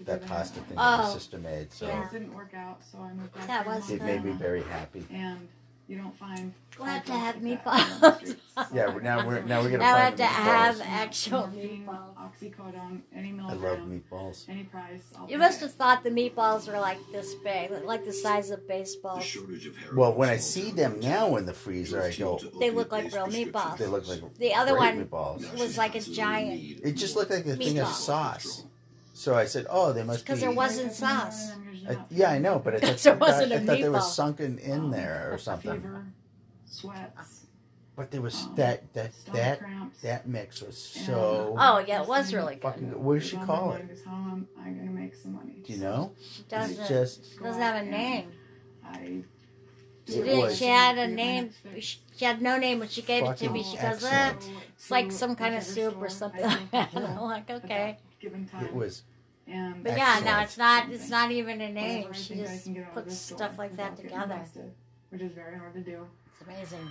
Speaker 2: that pasta thing that my
Speaker 1: Oh,
Speaker 2: sister made. So
Speaker 1: yeah.
Speaker 6: didn't work out, so I moved back
Speaker 1: That
Speaker 6: to
Speaker 1: was
Speaker 6: North
Speaker 2: it made me
Speaker 1: good.
Speaker 2: very happy.
Speaker 6: And you don't find.
Speaker 1: Glad to
Speaker 6: hotels
Speaker 1: have
Speaker 6: like
Speaker 1: meatballs.
Speaker 6: that on the streets,
Speaker 1: *laughs*
Speaker 6: so
Speaker 2: Yeah, we're- now we're- now we're gonna
Speaker 1: Now I
Speaker 2: find
Speaker 1: have to
Speaker 2: them
Speaker 1: have
Speaker 2: meatballs.
Speaker 1: actual
Speaker 6: Morphine,
Speaker 1: meatballs.
Speaker 6: Oxycodone, any
Speaker 2: I
Speaker 6: milligram,
Speaker 2: love meatballs.
Speaker 6: any price. I'll
Speaker 1: You
Speaker 6: take
Speaker 1: must
Speaker 6: it.
Speaker 1: have thought the meatballs were like this big, like the size of
Speaker 12: The
Speaker 1: baseballs.
Speaker 12: shortage of heroin.
Speaker 2: Well, when I
Speaker 12: small
Speaker 2: see
Speaker 12: town
Speaker 2: them
Speaker 12: drugs
Speaker 2: now in the freezer, I
Speaker 12: fuels Teal to
Speaker 2: go.
Speaker 1: They look like
Speaker 12: opiate-based
Speaker 1: real
Speaker 12: prescription
Speaker 1: meatballs.
Speaker 2: They
Speaker 12: drugs.
Speaker 2: look like
Speaker 1: The other
Speaker 2: great
Speaker 1: one-
Speaker 2: meatballs.
Speaker 12: Now
Speaker 1: was
Speaker 12: she's
Speaker 1: like a
Speaker 12: absolutely
Speaker 1: giant-
Speaker 12: need
Speaker 2: It just
Speaker 12: more
Speaker 2: looked like a thing of
Speaker 1: Meatballs.
Speaker 2: sauce. So I said, "Oh, they must be."
Speaker 1: Because there wasn't sauce.
Speaker 2: I, yeah, I know, but
Speaker 1: *laughs*
Speaker 2: I thought,
Speaker 1: There
Speaker 2: I
Speaker 1: wasn't a
Speaker 2: thought they were
Speaker 1: meatball.
Speaker 2: sunken in there or something.
Speaker 6: Oh, Fever, sweats,
Speaker 2: But there was
Speaker 6: Um,
Speaker 2: that that
Speaker 6: stomach
Speaker 2: that
Speaker 6: cramps.
Speaker 2: that mix was
Speaker 6: and-
Speaker 2: so
Speaker 1: Oh, yeah, it was really good.
Speaker 2: fucking. Good. What does she
Speaker 6: If I'm
Speaker 2: call
Speaker 6: going
Speaker 2: it?
Speaker 6: to Tom, I'm gonna make some money.
Speaker 2: Do you know?
Speaker 1: It
Speaker 2: It
Speaker 1: doesn't,
Speaker 2: just
Speaker 1: doesn't have a name.
Speaker 6: I
Speaker 1: She
Speaker 2: it
Speaker 1: didn't.
Speaker 2: was
Speaker 1: She had a name. She she had no name when she gave it to
Speaker 2: Fucking
Speaker 1: me. She goes, eh,
Speaker 2: excellent.
Speaker 1: it's like some kind of soup or something *laughs* like that. And I'm like, okay.
Speaker 6: Given time.
Speaker 2: it was
Speaker 6: And
Speaker 1: But yeah, no,
Speaker 2: Excellent.
Speaker 1: it's not. It's not even a name. She just puts stuff like that together.
Speaker 6: which is very hard to do.
Speaker 1: It's amazing.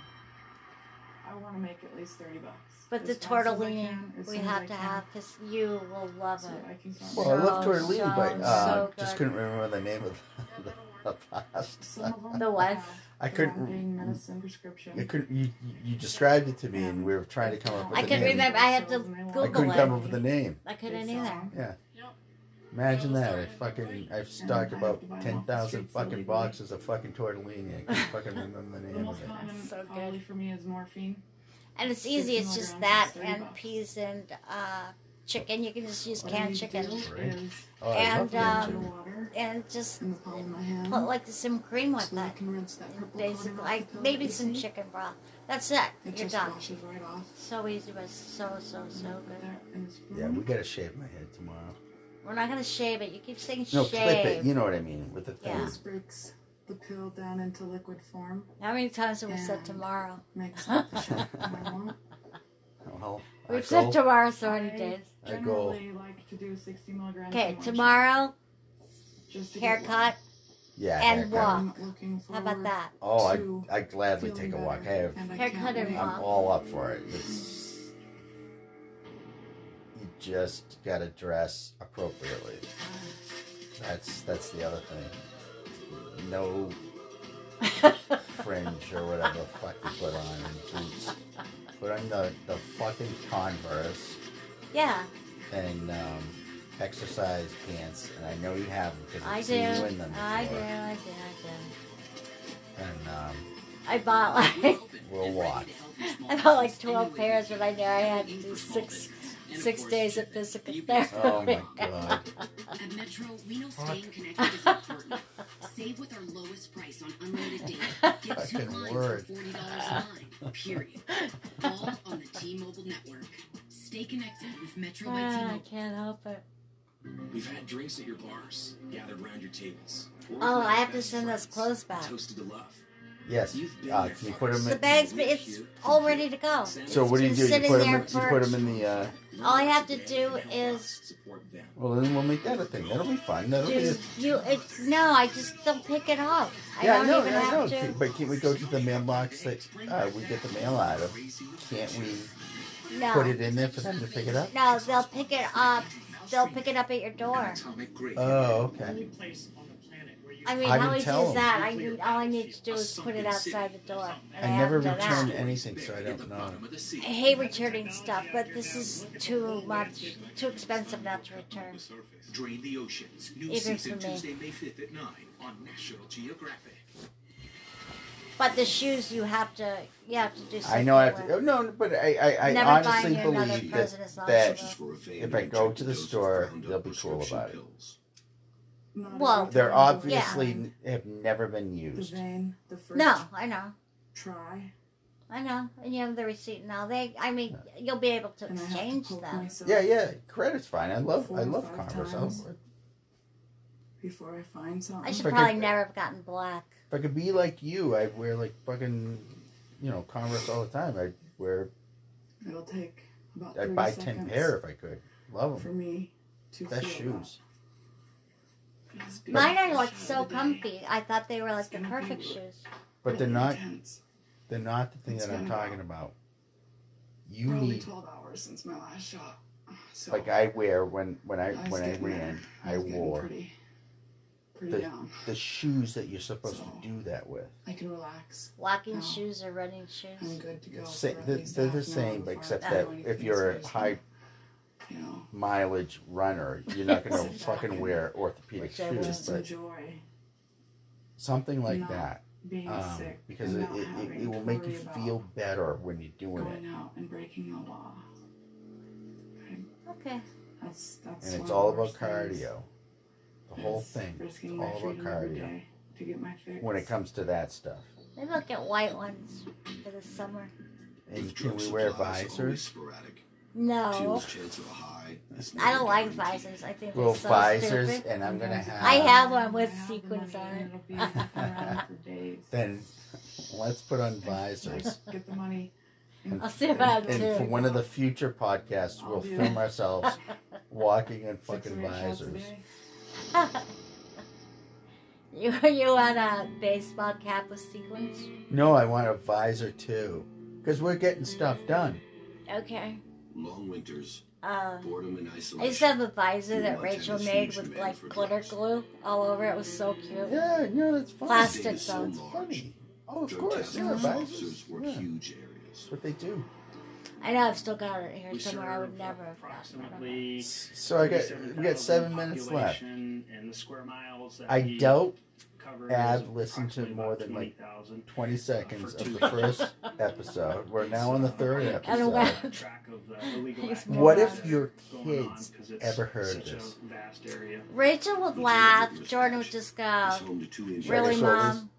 Speaker 6: I want to make at least thirty bucks.
Speaker 1: But the
Speaker 6: As fast as I
Speaker 1: tortellini
Speaker 6: can, as
Speaker 1: we
Speaker 6: soon as
Speaker 1: have
Speaker 6: I
Speaker 1: to
Speaker 6: can,
Speaker 1: have because you will love
Speaker 6: so I
Speaker 1: it.
Speaker 6: can start
Speaker 2: well. I love
Speaker 1: So,
Speaker 2: tortellini, but
Speaker 1: so,
Speaker 2: uh,
Speaker 1: so
Speaker 2: just
Speaker 1: good.
Speaker 2: couldn't remember the name of *laughs*
Speaker 1: *laughs*
Speaker 2: the, the
Speaker 6: Some
Speaker 2: pasta.
Speaker 6: of them
Speaker 1: The what?
Speaker 6: have
Speaker 2: I
Speaker 6: their
Speaker 2: couldn't-
Speaker 6: own Pain medicine
Speaker 2: *laughs*
Speaker 6: prescription.
Speaker 2: I couldn't. You, you described it to me, and we were trying to come up with.
Speaker 1: I
Speaker 2: a
Speaker 1: couldn't
Speaker 2: name.
Speaker 1: remember. I had to
Speaker 2: I
Speaker 1: Google
Speaker 2: couldn't
Speaker 1: it.
Speaker 2: come up with a name.
Speaker 1: I couldn't either.
Speaker 2: Yeah. Imagine that. I fucking I've stocked about ten thousand fucking boxes of fucking tortellini. I
Speaker 1: *laughs*
Speaker 2: can't fucking remember the
Speaker 6: The
Speaker 2: name of
Speaker 6: most
Speaker 2: it.
Speaker 6: common
Speaker 1: So good.
Speaker 6: um, probably for me is morphine.
Speaker 1: And it's easy. It's just that and peas and uh, chicken. You can just use
Speaker 6: What
Speaker 1: canned
Speaker 6: I
Speaker 1: chicken
Speaker 6: do is
Speaker 2: Oh, I
Speaker 1: And,
Speaker 2: love that
Speaker 1: um,
Speaker 6: the
Speaker 2: too.
Speaker 6: water
Speaker 1: and just
Speaker 6: in the palm of my hand.
Speaker 1: put like some cream with
Speaker 6: Mm-hmm. so I
Speaker 1: it.
Speaker 6: can rinse that purple
Speaker 1: Basically,
Speaker 6: coating off the
Speaker 1: like
Speaker 6: pill that
Speaker 1: maybe
Speaker 6: you
Speaker 1: some
Speaker 6: see.
Speaker 1: chicken broth. That's it.
Speaker 6: It
Speaker 1: You're
Speaker 6: just
Speaker 1: done.
Speaker 6: washes right off.
Speaker 1: So easy, but so so so good.
Speaker 6: There in the spoon.
Speaker 2: Yeah, we gotta shave my head tomorrow.
Speaker 1: We're not gonna shave it. You keep saying
Speaker 2: No, clip it.
Speaker 1: shave.
Speaker 2: You know what I mean with the thing.
Speaker 1: Yeah.
Speaker 6: This breaks the pill down into liquid form,
Speaker 1: How many times have we said
Speaker 6: And-
Speaker 1: *laughs* tomorrow?
Speaker 6: makes it the shape that I want.
Speaker 2: Oh, Well,
Speaker 1: We said tomorrow, so any days.
Speaker 2: I go
Speaker 1: like to do 60 milligrams. Okay, tomorrow, haircut.
Speaker 2: Yeah, haircut.
Speaker 1: and walk. How about that?
Speaker 2: Oh, I I gladly take a walk. I have,
Speaker 1: Haircut and
Speaker 2: I'm
Speaker 1: walk.
Speaker 2: all up for it. It's, you just gotta dress appropriately. That's that's the other thing. No fringe or whatever the fuck you put on and boots. Put on the, the fucking Converse
Speaker 1: *laughs* Yeah,
Speaker 2: and um, exercise pants, and I know you have them because
Speaker 1: I
Speaker 2: I've
Speaker 1: do.
Speaker 2: seen you in them before.
Speaker 1: I do. I do. I
Speaker 2: And um,
Speaker 1: do. I bought like
Speaker 2: *laughs*
Speaker 1: *laughs*
Speaker 2: we'll walk.
Speaker 1: I bought like 12 pairs, but I know I had to do six six days of physical therapy.
Speaker 2: Oh my god.
Speaker 6: At Metro, we know staying connected is important. Save with our lowest price on unlimited data. Get two
Speaker 2: Fucking
Speaker 6: lines
Speaker 2: word.
Speaker 6: for forty dollars a line. Period. All on the T-Mobile network. Stay connected with
Speaker 2: Oh,
Speaker 6: Metro
Speaker 1: *laughs*
Speaker 6: by
Speaker 1: Ah, I
Speaker 6: T-Mobile.
Speaker 1: can't help it.
Speaker 4: We've had drinks at your bars, gathered around your tables.
Speaker 1: Oh, I have to send those clothes back.
Speaker 4: Toasted to love.
Speaker 2: *laughs* Yes. Uh, can you put them
Speaker 1: The
Speaker 2: in?
Speaker 1: bag's been- it's all ready to go.
Speaker 2: So what do you
Speaker 1: It's
Speaker 2: do?
Speaker 1: been
Speaker 2: You
Speaker 1: Oh. sitting
Speaker 2: put them
Speaker 1: there
Speaker 2: in, you
Speaker 1: for-
Speaker 2: put 'em in the. Uh,
Speaker 1: All I have to do is
Speaker 2: well, then we'll make that a thing. That'll be fun. That'll be. A,
Speaker 1: just you. It, no, I just don't pick it up. I
Speaker 2: yeah,
Speaker 1: don't
Speaker 2: I know.
Speaker 1: even
Speaker 2: I
Speaker 1: have
Speaker 2: know.
Speaker 1: to.
Speaker 2: Can- But can we go to the mailbox that uh, we get the mail out of? Can't we
Speaker 1: No.
Speaker 2: put it in there for them to pick it up?
Speaker 1: No, they'll pick it up. They'll pick it up at your door.
Speaker 2: Oh, okay.
Speaker 1: I mean,
Speaker 2: I
Speaker 1: how
Speaker 2: would
Speaker 1: easy
Speaker 2: tell
Speaker 1: is
Speaker 2: 'em.
Speaker 1: that? I need, all I need to do is put it outside the door. And
Speaker 2: I never
Speaker 1: haven't done
Speaker 2: return
Speaker 1: that.
Speaker 2: anything, so I don't know.
Speaker 1: I hate returning stuff, but this is too much, too expensive not to return.
Speaker 4: Drain the Oceans. New
Speaker 1: Even
Speaker 4: season
Speaker 1: for me.
Speaker 4: Tuesday, May 5th at 9 on National Geographic.
Speaker 1: But the shoes, you have to, you have to do something.
Speaker 2: I know I have
Speaker 1: with.
Speaker 2: to. oh, No, but I, I, I
Speaker 1: Never
Speaker 2: honestly
Speaker 1: buying another
Speaker 2: believe
Speaker 1: President's
Speaker 2: that, that
Speaker 1: Lunchable.
Speaker 2: if I go to the store, they'll be cool about it.
Speaker 1: Well,
Speaker 2: They're
Speaker 1: yeah.
Speaker 2: obviously have never been used.
Speaker 5: vein, the first
Speaker 1: No, I know,
Speaker 5: try.
Speaker 1: I know, and you have the receipt now. They, I mean, you'll be able to exchange them.
Speaker 2: Yeah, yeah, credit's fine. I love, I
Speaker 5: Four or
Speaker 2: love
Speaker 5: five
Speaker 2: Converse. I'll-
Speaker 5: times.
Speaker 2: If
Speaker 5: Before I find something.
Speaker 1: I
Speaker 2: If
Speaker 1: should
Speaker 2: I could-
Speaker 1: probably never have gotten black.
Speaker 2: I could be like you, I'd wear like fucking, you know, Converse all the time. I'd wear,
Speaker 5: It'll take about 30
Speaker 2: I'd buy ten
Speaker 5: seconds
Speaker 2: pair if I could. Love
Speaker 5: for
Speaker 2: them.
Speaker 5: me to
Speaker 2: Best
Speaker 5: feel that.
Speaker 2: shoes.
Speaker 1: Mine are like so comfy. I thought they were like the perfect shoes.
Speaker 2: But they're not, they're not the thing that I'm talking about. You
Speaker 5: Probably
Speaker 2: need
Speaker 5: 12 hours since my last shot. So
Speaker 2: like I wear when when I
Speaker 5: I was
Speaker 2: when I
Speaker 5: getting
Speaker 2: ran,
Speaker 5: there.
Speaker 2: I
Speaker 5: was getting
Speaker 2: wore
Speaker 5: pretty, pretty
Speaker 2: the
Speaker 5: down.
Speaker 2: the shoes that you're supposed to do that with.
Speaker 5: I can relax.
Speaker 1: Walking
Speaker 5: No.
Speaker 1: shoes or running shoes.
Speaker 5: Oh. I'm good to go.
Speaker 2: Sa-
Speaker 5: for at
Speaker 2: they're,
Speaker 5: least
Speaker 2: they're
Speaker 5: half an
Speaker 2: the
Speaker 5: hour
Speaker 2: same,
Speaker 5: before I
Speaker 2: except
Speaker 5: do
Speaker 2: that
Speaker 5: anything,
Speaker 2: if you're
Speaker 5: so
Speaker 2: a
Speaker 5: it's
Speaker 2: high
Speaker 5: not, you know,
Speaker 2: mileage runner, you're not
Speaker 5: *laughs*
Speaker 2: going to
Speaker 5: Just
Speaker 2: fucking wear orthopedic
Speaker 5: I will
Speaker 2: shoes,
Speaker 5: just
Speaker 2: but
Speaker 5: enjoy
Speaker 2: something like
Speaker 5: not
Speaker 2: that.
Speaker 5: being
Speaker 2: Um,
Speaker 5: sick
Speaker 2: because
Speaker 5: and
Speaker 2: it,
Speaker 5: not
Speaker 2: it, it,
Speaker 5: having
Speaker 2: it
Speaker 5: to
Speaker 2: will make you
Speaker 5: worry about
Speaker 2: feel better when you're doing it.
Speaker 5: going out and breaking the law.
Speaker 1: Okay.
Speaker 5: That's that's
Speaker 2: And
Speaker 5: one
Speaker 2: it's
Speaker 5: of
Speaker 2: all
Speaker 5: the
Speaker 2: about
Speaker 5: worst things,
Speaker 2: cardio. The whole
Speaker 5: is
Speaker 2: thing. It's
Speaker 5: risking
Speaker 2: all
Speaker 5: my
Speaker 2: about
Speaker 5: freedom every
Speaker 2: cardio
Speaker 5: day to get my fix.
Speaker 2: when it comes to that stuff.
Speaker 1: Maybe I'll get white ones for the summer.
Speaker 2: And can we wear visors?
Speaker 12: Sporadic.
Speaker 1: No.
Speaker 12: Fuel's chance of a high is
Speaker 1: Oh. I don't like visors. I think
Speaker 2: Well,
Speaker 1: they're so
Speaker 2: visors,
Speaker 1: stupid.
Speaker 2: and I'm going to
Speaker 1: I
Speaker 2: have.
Speaker 1: have one with sequins on
Speaker 5: *laughs*
Speaker 1: it.
Speaker 2: Then let's put on visors.
Speaker 5: Get the money.
Speaker 1: *laughs* I'll see about
Speaker 2: And
Speaker 1: two.
Speaker 2: for one of the future podcasts, we'll
Speaker 5: do.
Speaker 2: film ourselves
Speaker 5: *laughs*
Speaker 2: walking in fucking
Speaker 5: Three shots a
Speaker 2: visors.
Speaker 5: day.
Speaker 1: *laughs* you you want a baseball cap with sequins?
Speaker 2: No, I want a visor too. Because we're getting stuff done.
Speaker 1: Okay.
Speaker 12: Long winters,
Speaker 1: Uh,
Speaker 12: boredom and
Speaker 1: I used
Speaker 12: isolation.
Speaker 1: to have a visor that Rachel made with like glitter glue all over it. It was so cute.
Speaker 2: Yeah, no, that's fine.
Speaker 1: Plastic though.
Speaker 12: It's
Speaker 1: It's
Speaker 12: funny.
Speaker 2: Oh, of
Speaker 12: Drug
Speaker 2: course.
Speaker 12: task
Speaker 2: Yeah,
Speaker 12: force
Speaker 2: visors.
Speaker 12: officers work
Speaker 2: Yeah.
Speaker 12: huge areas.
Speaker 2: That's what they do.
Speaker 1: I know I've still got it here
Speaker 13: We
Speaker 1: somewhere. I would
Speaker 13: serve
Speaker 1: never have gotten it.
Speaker 13: approximately.
Speaker 2: So I got- we got seven
Speaker 13: 37,000
Speaker 2: minutes left.
Speaker 13: population, And the square miles that
Speaker 2: I
Speaker 13: we
Speaker 2: doubt
Speaker 13: cover is
Speaker 2: Ab listened to
Speaker 13: approximately
Speaker 2: more
Speaker 13: about
Speaker 2: than like
Speaker 13: 20,000.
Speaker 2: 20 seconds of the first episode. We're now on the third
Speaker 1: I don't
Speaker 2: episode.
Speaker 1: *laughs* know.
Speaker 13: Track of uh, the illegal
Speaker 1: He's
Speaker 13: activity
Speaker 2: What
Speaker 13: that's
Speaker 2: if your
Speaker 13: going on,
Speaker 2: kids
Speaker 13: 'cause it's
Speaker 2: ever heard
Speaker 13: such a
Speaker 2: this?
Speaker 13: vast area.
Speaker 1: Rachel would laugh. Jordan would just go,
Speaker 12: It's home to two inches.
Speaker 1: "Really,
Speaker 2: Rachel is-
Speaker 1: mom?"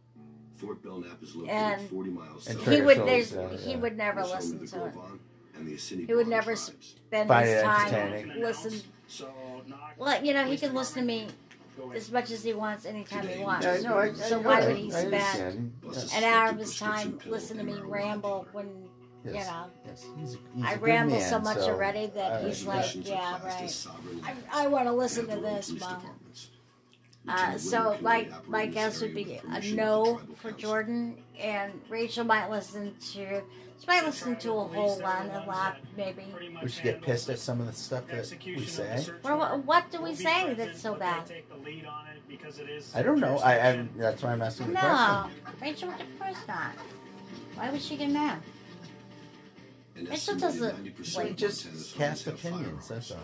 Speaker 12: Fort Belknap is located
Speaker 1: And
Speaker 12: 40 miles
Speaker 2: And
Speaker 12: south.
Speaker 1: He
Speaker 2: Trigger
Speaker 1: would.
Speaker 2: Soul is
Speaker 1: There's,
Speaker 2: down,
Speaker 1: he
Speaker 2: yeah.
Speaker 1: would never
Speaker 12: It's home to
Speaker 1: listen
Speaker 12: the
Speaker 1: to it.
Speaker 12: Govan and the Assiniboine
Speaker 1: He would never
Speaker 12: tribes.
Speaker 1: spend
Speaker 2: Find
Speaker 1: his
Speaker 2: it
Speaker 1: time
Speaker 2: entertaining.
Speaker 1: listen.
Speaker 13: So not
Speaker 1: Well, you know, he can listen to me as much as he wants, anytime he wants.
Speaker 2: Yeah, I know. I, I
Speaker 1: so
Speaker 2: know
Speaker 1: why
Speaker 2: that.
Speaker 1: would he
Speaker 2: I
Speaker 1: spend
Speaker 2: understand.
Speaker 12: Buses
Speaker 1: an
Speaker 12: stick
Speaker 1: hour
Speaker 12: to
Speaker 1: of his
Speaker 12: prescription
Speaker 1: time
Speaker 12: pill
Speaker 1: listening to
Speaker 12: and
Speaker 1: me
Speaker 12: marijuana
Speaker 1: ramble
Speaker 12: dealer.
Speaker 1: when You
Speaker 2: Yes,
Speaker 1: know,
Speaker 2: yes. He's a- he's
Speaker 1: I
Speaker 2: a good
Speaker 1: ramble so
Speaker 2: man,
Speaker 1: much
Speaker 2: so,
Speaker 1: already that
Speaker 2: uh,
Speaker 1: he's
Speaker 2: the
Speaker 1: like,
Speaker 2: nation's
Speaker 1: yeah,
Speaker 2: class is
Speaker 1: right.
Speaker 2: sovereign
Speaker 1: I, I want to listen to this, mom. Uh, so my my guess would be a no for Jordan, and Rachel might listen to she might listen to a whole lot, a lot maybe.
Speaker 2: We should get pissed at some of the stuff that we say.
Speaker 1: What, what, what do we say that's so bad?
Speaker 2: I don't know. I, I that's why I'm asking the
Speaker 1: No, Rachel, of course not. Why would she get mad? Rachel doesn't
Speaker 2: question. We
Speaker 1: like.
Speaker 2: just cast opinions. That's all.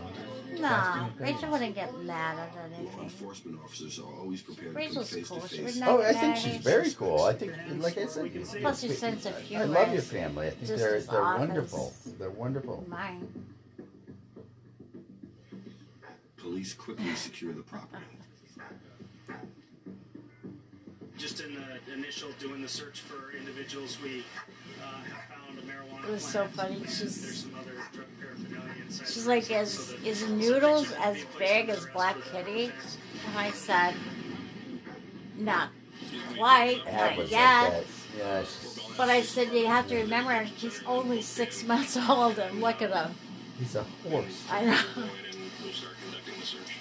Speaker 1: No, Rachel wouldn't get mad at anything.
Speaker 12: Enforcement officers are always prepared
Speaker 1: Rachel's
Speaker 12: to come face
Speaker 1: cool.
Speaker 12: to
Speaker 1: She
Speaker 12: face.
Speaker 1: would not
Speaker 2: Oh, I
Speaker 1: get
Speaker 2: think
Speaker 1: mad
Speaker 2: she's
Speaker 1: at
Speaker 2: very
Speaker 1: anything.
Speaker 2: cool. I think, like I said,
Speaker 1: Plus her sense of
Speaker 2: I
Speaker 1: humor.
Speaker 2: love your
Speaker 1: is
Speaker 2: family. I think
Speaker 1: just
Speaker 2: they're
Speaker 1: as
Speaker 2: they're
Speaker 1: off as
Speaker 2: wonderful. They're wonderful.
Speaker 1: Mine.
Speaker 12: Police
Speaker 1: *sighs*
Speaker 12: quickly secure the property.
Speaker 13: Just in the initial doing the search for individuals, we uh, have found a marijuana.
Speaker 1: It was so
Speaker 13: plant.
Speaker 1: funny.
Speaker 13: There's
Speaker 1: She's
Speaker 13: some other drug paraphernalia inside.
Speaker 1: she's
Speaker 13: the
Speaker 1: like
Speaker 13: prison,
Speaker 1: as
Speaker 13: so that-
Speaker 1: is noodles as big as Black Kitty, and I said, not quite,
Speaker 2: Apples like
Speaker 1: not yet.
Speaker 2: that. Yeah, she's-
Speaker 1: But I said you have to remember he's only six months *laughs* old, and look at him.
Speaker 2: he's a horse.
Speaker 1: I know.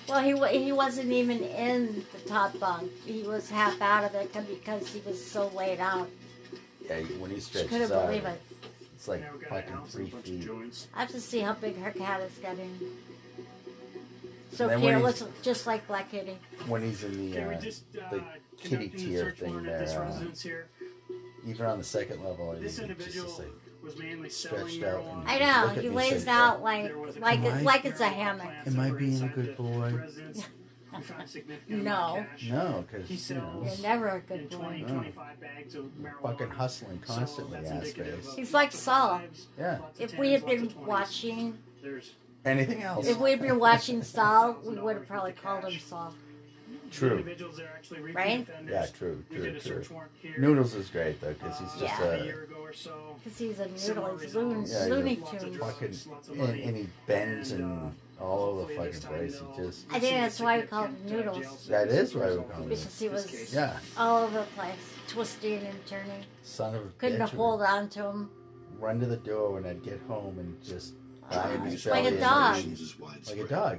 Speaker 1: Well, he wa- he wasn't even in the top bunk. He was half out of it because he was so laid out.
Speaker 2: Yeah, when he
Speaker 1: She
Speaker 2: stretches
Speaker 1: couldn't
Speaker 2: out,
Speaker 1: believe it.
Speaker 2: it's like fucking three feet.
Speaker 1: I have to see how big her cat is getting. So
Speaker 2: And then when
Speaker 1: cute. It
Speaker 2: he's-
Speaker 1: looks just like Black Kitty.
Speaker 2: When he's in the
Speaker 13: Can we
Speaker 2: uh,
Speaker 13: just, uh,
Speaker 2: the kitty
Speaker 13: conducting the
Speaker 2: tier
Speaker 13: search
Speaker 2: thing
Speaker 13: warrant at this
Speaker 2: there, uh,
Speaker 13: residence here?
Speaker 2: even on the second level,
Speaker 13: This
Speaker 2: he's
Speaker 13: individual
Speaker 2: just like
Speaker 13: was mainly selling
Speaker 2: stretched out. And
Speaker 1: I
Speaker 2: look
Speaker 1: know.
Speaker 2: at
Speaker 1: He
Speaker 2: me
Speaker 1: lays
Speaker 2: saying,
Speaker 1: out like like
Speaker 2: Am I-
Speaker 1: it, like it's a hammock.
Speaker 2: Am I being a good boy?
Speaker 13: We found significant amount
Speaker 1: No,
Speaker 13: of cash.
Speaker 2: No, because you know,
Speaker 1: you're never a good boy.
Speaker 13: Twenty,
Speaker 2: No.
Speaker 13: twenty-five bags of marijuana.
Speaker 2: fucking hustling constantly,
Speaker 13: that's indicative
Speaker 2: ass
Speaker 13: of-
Speaker 1: He's like Saul.
Speaker 2: Yeah.
Speaker 1: If we had been watching,
Speaker 13: There's
Speaker 2: Anything else?
Speaker 1: if we had been watching Saul, we would have probably called him Saul.
Speaker 2: True.
Speaker 13: individuals that are actually repeat
Speaker 1: Right?
Speaker 13: offenders.
Speaker 2: Yeah, true,
Speaker 13: We did
Speaker 2: true,
Speaker 13: a search
Speaker 2: true.
Speaker 13: warrant here.
Speaker 2: *laughs* Noodles is great though, because he's just
Speaker 1: Yeah.
Speaker 2: a
Speaker 13: year ago or so.
Speaker 1: Because he's a
Speaker 13: Similar
Speaker 1: noodle. He's loon,
Speaker 13: results.
Speaker 2: yeah,
Speaker 1: Looney
Speaker 2: he's a
Speaker 1: Tunes.
Speaker 2: fucking
Speaker 13: Lots of
Speaker 2: and,
Speaker 13: money. uh,
Speaker 2: and he bends and, all over the
Speaker 13: hopefully
Speaker 2: fucking
Speaker 13: this time
Speaker 2: place. He
Speaker 13: they'll- uh,
Speaker 2: just
Speaker 1: I think that's why we called him Noodles.
Speaker 2: that is why we call him
Speaker 1: Because he was
Speaker 2: Yeah,
Speaker 1: all over the place, twisting and turning.
Speaker 2: son of a
Speaker 1: Couldn't
Speaker 2: bitch.
Speaker 1: hold on to him.
Speaker 2: Run to the door when I'd get home and just die in his
Speaker 1: Ah, Like a
Speaker 2: belly and-
Speaker 1: dog.
Speaker 2: like a dog,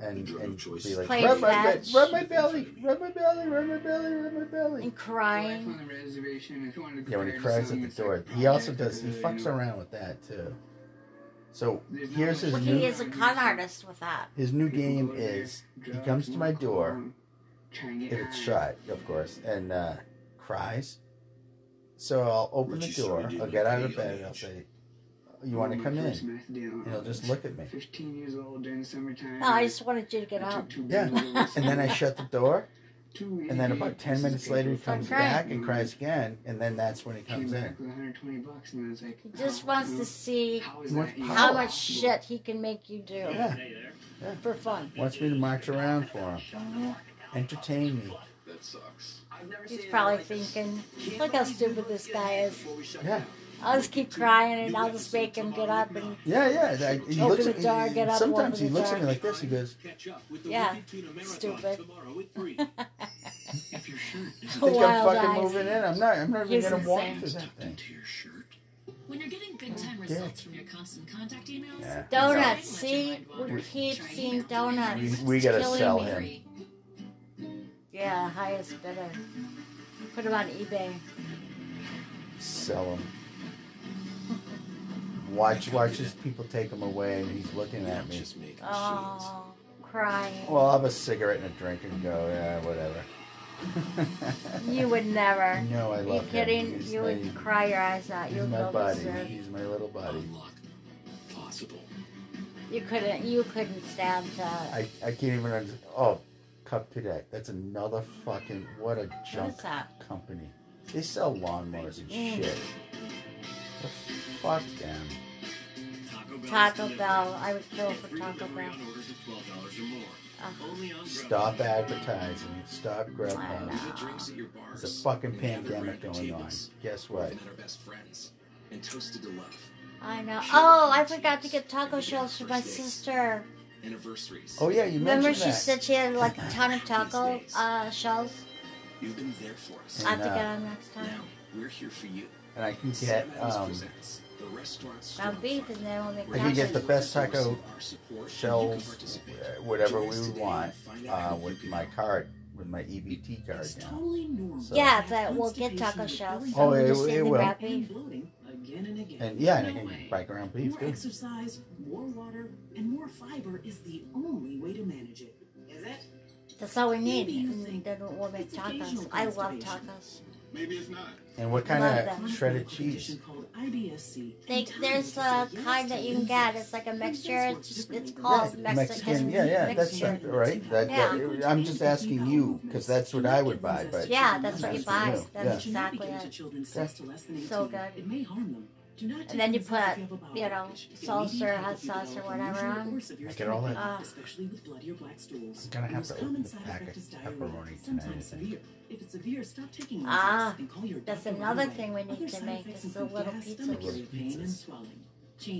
Speaker 2: and and be like
Speaker 1: Play
Speaker 2: rub my,
Speaker 1: fetch.
Speaker 2: ba- rub my belly, rub my belly, rub my belly, rub my belly.
Speaker 1: And crying.
Speaker 7: on the reservation if you wanted to
Speaker 2: Yeah, when he
Speaker 7: compare
Speaker 2: cries
Speaker 7: it to
Speaker 2: at
Speaker 7: something
Speaker 2: the
Speaker 7: that's, like,
Speaker 2: door, he
Speaker 7: out
Speaker 2: also
Speaker 7: there,
Speaker 2: does. He
Speaker 7: uh, you
Speaker 2: fucks
Speaker 7: know,
Speaker 2: around with that too. So
Speaker 7: There's no
Speaker 2: here's his
Speaker 1: Well, he
Speaker 2: new
Speaker 1: is a con artist with that.
Speaker 2: his new game is he comes to my door
Speaker 7: try and
Speaker 2: if
Speaker 7: get
Speaker 2: it's shut, of course, and uh, cries. So I'll open the
Speaker 7: Richie said
Speaker 2: door.
Speaker 7: he didn't
Speaker 2: I'll get out
Speaker 7: have
Speaker 2: of
Speaker 7: any
Speaker 2: bed. and I'll say, "You want to come in?" And he'll just look at me.
Speaker 7: 15 years old during the summertime.
Speaker 1: No, I just wanted you to get out.
Speaker 2: Yeah. *laughs* And then I shut the door.
Speaker 7: Two
Speaker 2: And then about ten minutes later, he
Speaker 7: Stop
Speaker 2: comes
Speaker 1: crying.
Speaker 2: back and cries again. And then that's when he
Speaker 7: came
Speaker 2: comes in.
Speaker 7: back with 120 bucks and I was like,
Speaker 1: He just wants to see
Speaker 2: He wants
Speaker 1: how
Speaker 2: power.
Speaker 1: much shit he can make you do
Speaker 2: Yeah.
Speaker 1: for fun.
Speaker 2: Wants me to march around for him, entertain me.
Speaker 18: That sucks.
Speaker 1: He's probably thinking, look how stupid this guy is.
Speaker 2: Yeah.
Speaker 1: I'll just keep crying and I'll just make him get up and
Speaker 2: Yeah, yeah. I, he
Speaker 1: Open
Speaker 2: looks
Speaker 1: the
Speaker 2: at me.
Speaker 1: door, get up,
Speaker 2: sometimes
Speaker 1: open
Speaker 2: he
Speaker 1: the
Speaker 2: looks
Speaker 1: door.
Speaker 2: at me like this. He goes,
Speaker 1: yeah, *laughs* stupid.
Speaker 2: "You *laughs* think I'm
Speaker 1: Wild
Speaker 2: fucking
Speaker 1: eyes.
Speaker 2: moving in? I'm not. I'm not even
Speaker 1: He's
Speaker 2: gonna walk
Speaker 1: insane.
Speaker 2: through that thing."
Speaker 6: When you're getting big time results from your constant contact emails,
Speaker 2: Yeah.
Speaker 1: Donuts, see? We keep seeing donuts.
Speaker 2: We, we gotta
Speaker 1: It's killing
Speaker 2: sell
Speaker 1: me.
Speaker 2: him.
Speaker 1: Yeah, highest bidder. Put him on eBay.
Speaker 2: Sell him. Watch, watch as people take him away, and he's looking at me.
Speaker 1: Oh, crying.
Speaker 2: Well, I'll have a cigarette and a drink and go, yeah, whatever. *laughs*
Speaker 1: You would never.
Speaker 2: No, I love
Speaker 1: You
Speaker 2: him.
Speaker 1: kidding?
Speaker 2: He's
Speaker 1: you would
Speaker 2: my-
Speaker 1: cry your eyes out. You
Speaker 2: He's
Speaker 1: would
Speaker 2: my
Speaker 1: go
Speaker 2: buddy.
Speaker 1: berserk.
Speaker 2: He's my little buddy.
Speaker 4: Possible.
Speaker 1: You couldn't. You couldn't stand uh, that.
Speaker 2: I, I can't even. under- Oh, Cup to Deck. That's another fucking what a junk
Speaker 1: is that?
Speaker 2: company. They sell lawnmowers and
Speaker 1: Mm.
Speaker 2: shit. The fuck them.
Speaker 1: Taco Bell. I would kill for Taco Bell.
Speaker 4: Orders of twelve dollars or more.
Speaker 1: Uh,
Speaker 4: Only on
Speaker 2: Stop advertising. Stop
Speaker 1: I
Speaker 2: Grubhub.
Speaker 1: know.
Speaker 4: drinks at your bars.
Speaker 2: There's a fucking
Speaker 4: and gather
Speaker 2: pandemic
Speaker 4: around
Speaker 2: going on.
Speaker 4: tables.
Speaker 2: Guess what?
Speaker 4: Met our best friends and toasted to love.
Speaker 1: I know. Oh, I forgot to get taco shells for my sister.
Speaker 4: Anniversaries.
Speaker 2: Oh yeah, you
Speaker 1: Remember,
Speaker 2: mentioned
Speaker 1: she
Speaker 2: that.
Speaker 1: said she had like a ton of taco uh, shells.
Speaker 4: You've been there for us.
Speaker 1: I have to
Speaker 2: And, uh,
Speaker 1: get them next time.
Speaker 4: We're here for you.
Speaker 2: and I can get
Speaker 4: Sam Adams
Speaker 2: um,
Speaker 4: presents the
Speaker 1: ground beef, and then we'll make
Speaker 2: I can
Speaker 1: nachos.
Speaker 2: get the best taco shells, uh, whatever we want, uh, with my card, with my EBT card now. So-
Speaker 1: yeah, but we'll get taco shells.
Speaker 2: Oh,
Speaker 1: We'll
Speaker 2: it-
Speaker 1: just get
Speaker 2: it
Speaker 1: the
Speaker 2: will.
Speaker 1: ground beef.
Speaker 6: Again and again.
Speaker 2: And yeah, and I
Speaker 6: No
Speaker 2: can
Speaker 6: way.
Speaker 2: buy ground beef
Speaker 6: More
Speaker 2: too.
Speaker 6: exercise, more water, and more fiber is the only way to manage it. Is it?
Speaker 1: That's all we need. And then we'll make tacos. I love tacos.
Speaker 12: Maybe it's not.
Speaker 2: And what kind
Speaker 1: Love
Speaker 2: of
Speaker 1: that.
Speaker 2: shredded cheese?
Speaker 6: IBSC.
Speaker 1: They, there's a kind that you can get. It's like a mixture. It's, it's called
Speaker 2: Mexican, yeah, yeah, that's
Speaker 1: mixture.
Speaker 2: not- right. That, that-
Speaker 1: Yeah.
Speaker 2: I'm just asking you because that's what I would buy. But
Speaker 1: Yeah, that's what you buy.
Speaker 2: Yeah,
Speaker 1: That's
Speaker 2: yeah.
Speaker 1: exactly
Speaker 6: Given to
Speaker 1: it.
Speaker 6: children six to less than 18.
Speaker 1: So good.
Speaker 6: It may harm them. Do not
Speaker 1: And then you
Speaker 6: take
Speaker 1: put,
Speaker 6: risks if have a bowel
Speaker 1: you know,
Speaker 6: package. It may
Speaker 1: salsa or
Speaker 6: develop
Speaker 1: hot
Speaker 6: the
Speaker 1: sauce or
Speaker 6: unusual
Speaker 1: whatever on. Uh,
Speaker 6: course of your
Speaker 2: I get all
Speaker 6: stomach,
Speaker 2: that.
Speaker 6: Especially with bloody or black stools.
Speaker 2: I'm gonna have
Speaker 6: most
Speaker 2: to
Speaker 6: common
Speaker 2: open the
Speaker 6: side
Speaker 2: pack
Speaker 6: effect is
Speaker 2: of
Speaker 6: diarrhea,
Speaker 2: pepperoni tonight. I
Speaker 6: sometimes
Speaker 2: think.
Speaker 6: severe. If it's severe, stop taking
Speaker 1: Ah,
Speaker 6: Lasix and call your
Speaker 1: that's
Speaker 6: doctor right
Speaker 1: another
Speaker 6: away.
Speaker 1: thing we need
Speaker 6: Other
Speaker 1: to
Speaker 6: side
Speaker 1: make
Speaker 6: effects
Speaker 1: is the
Speaker 6: include
Speaker 1: little
Speaker 6: gas,
Speaker 1: pizzas.
Speaker 6: stomach
Speaker 1: Little
Speaker 6: pain, and
Speaker 1: pizzas.
Speaker 6: swelling.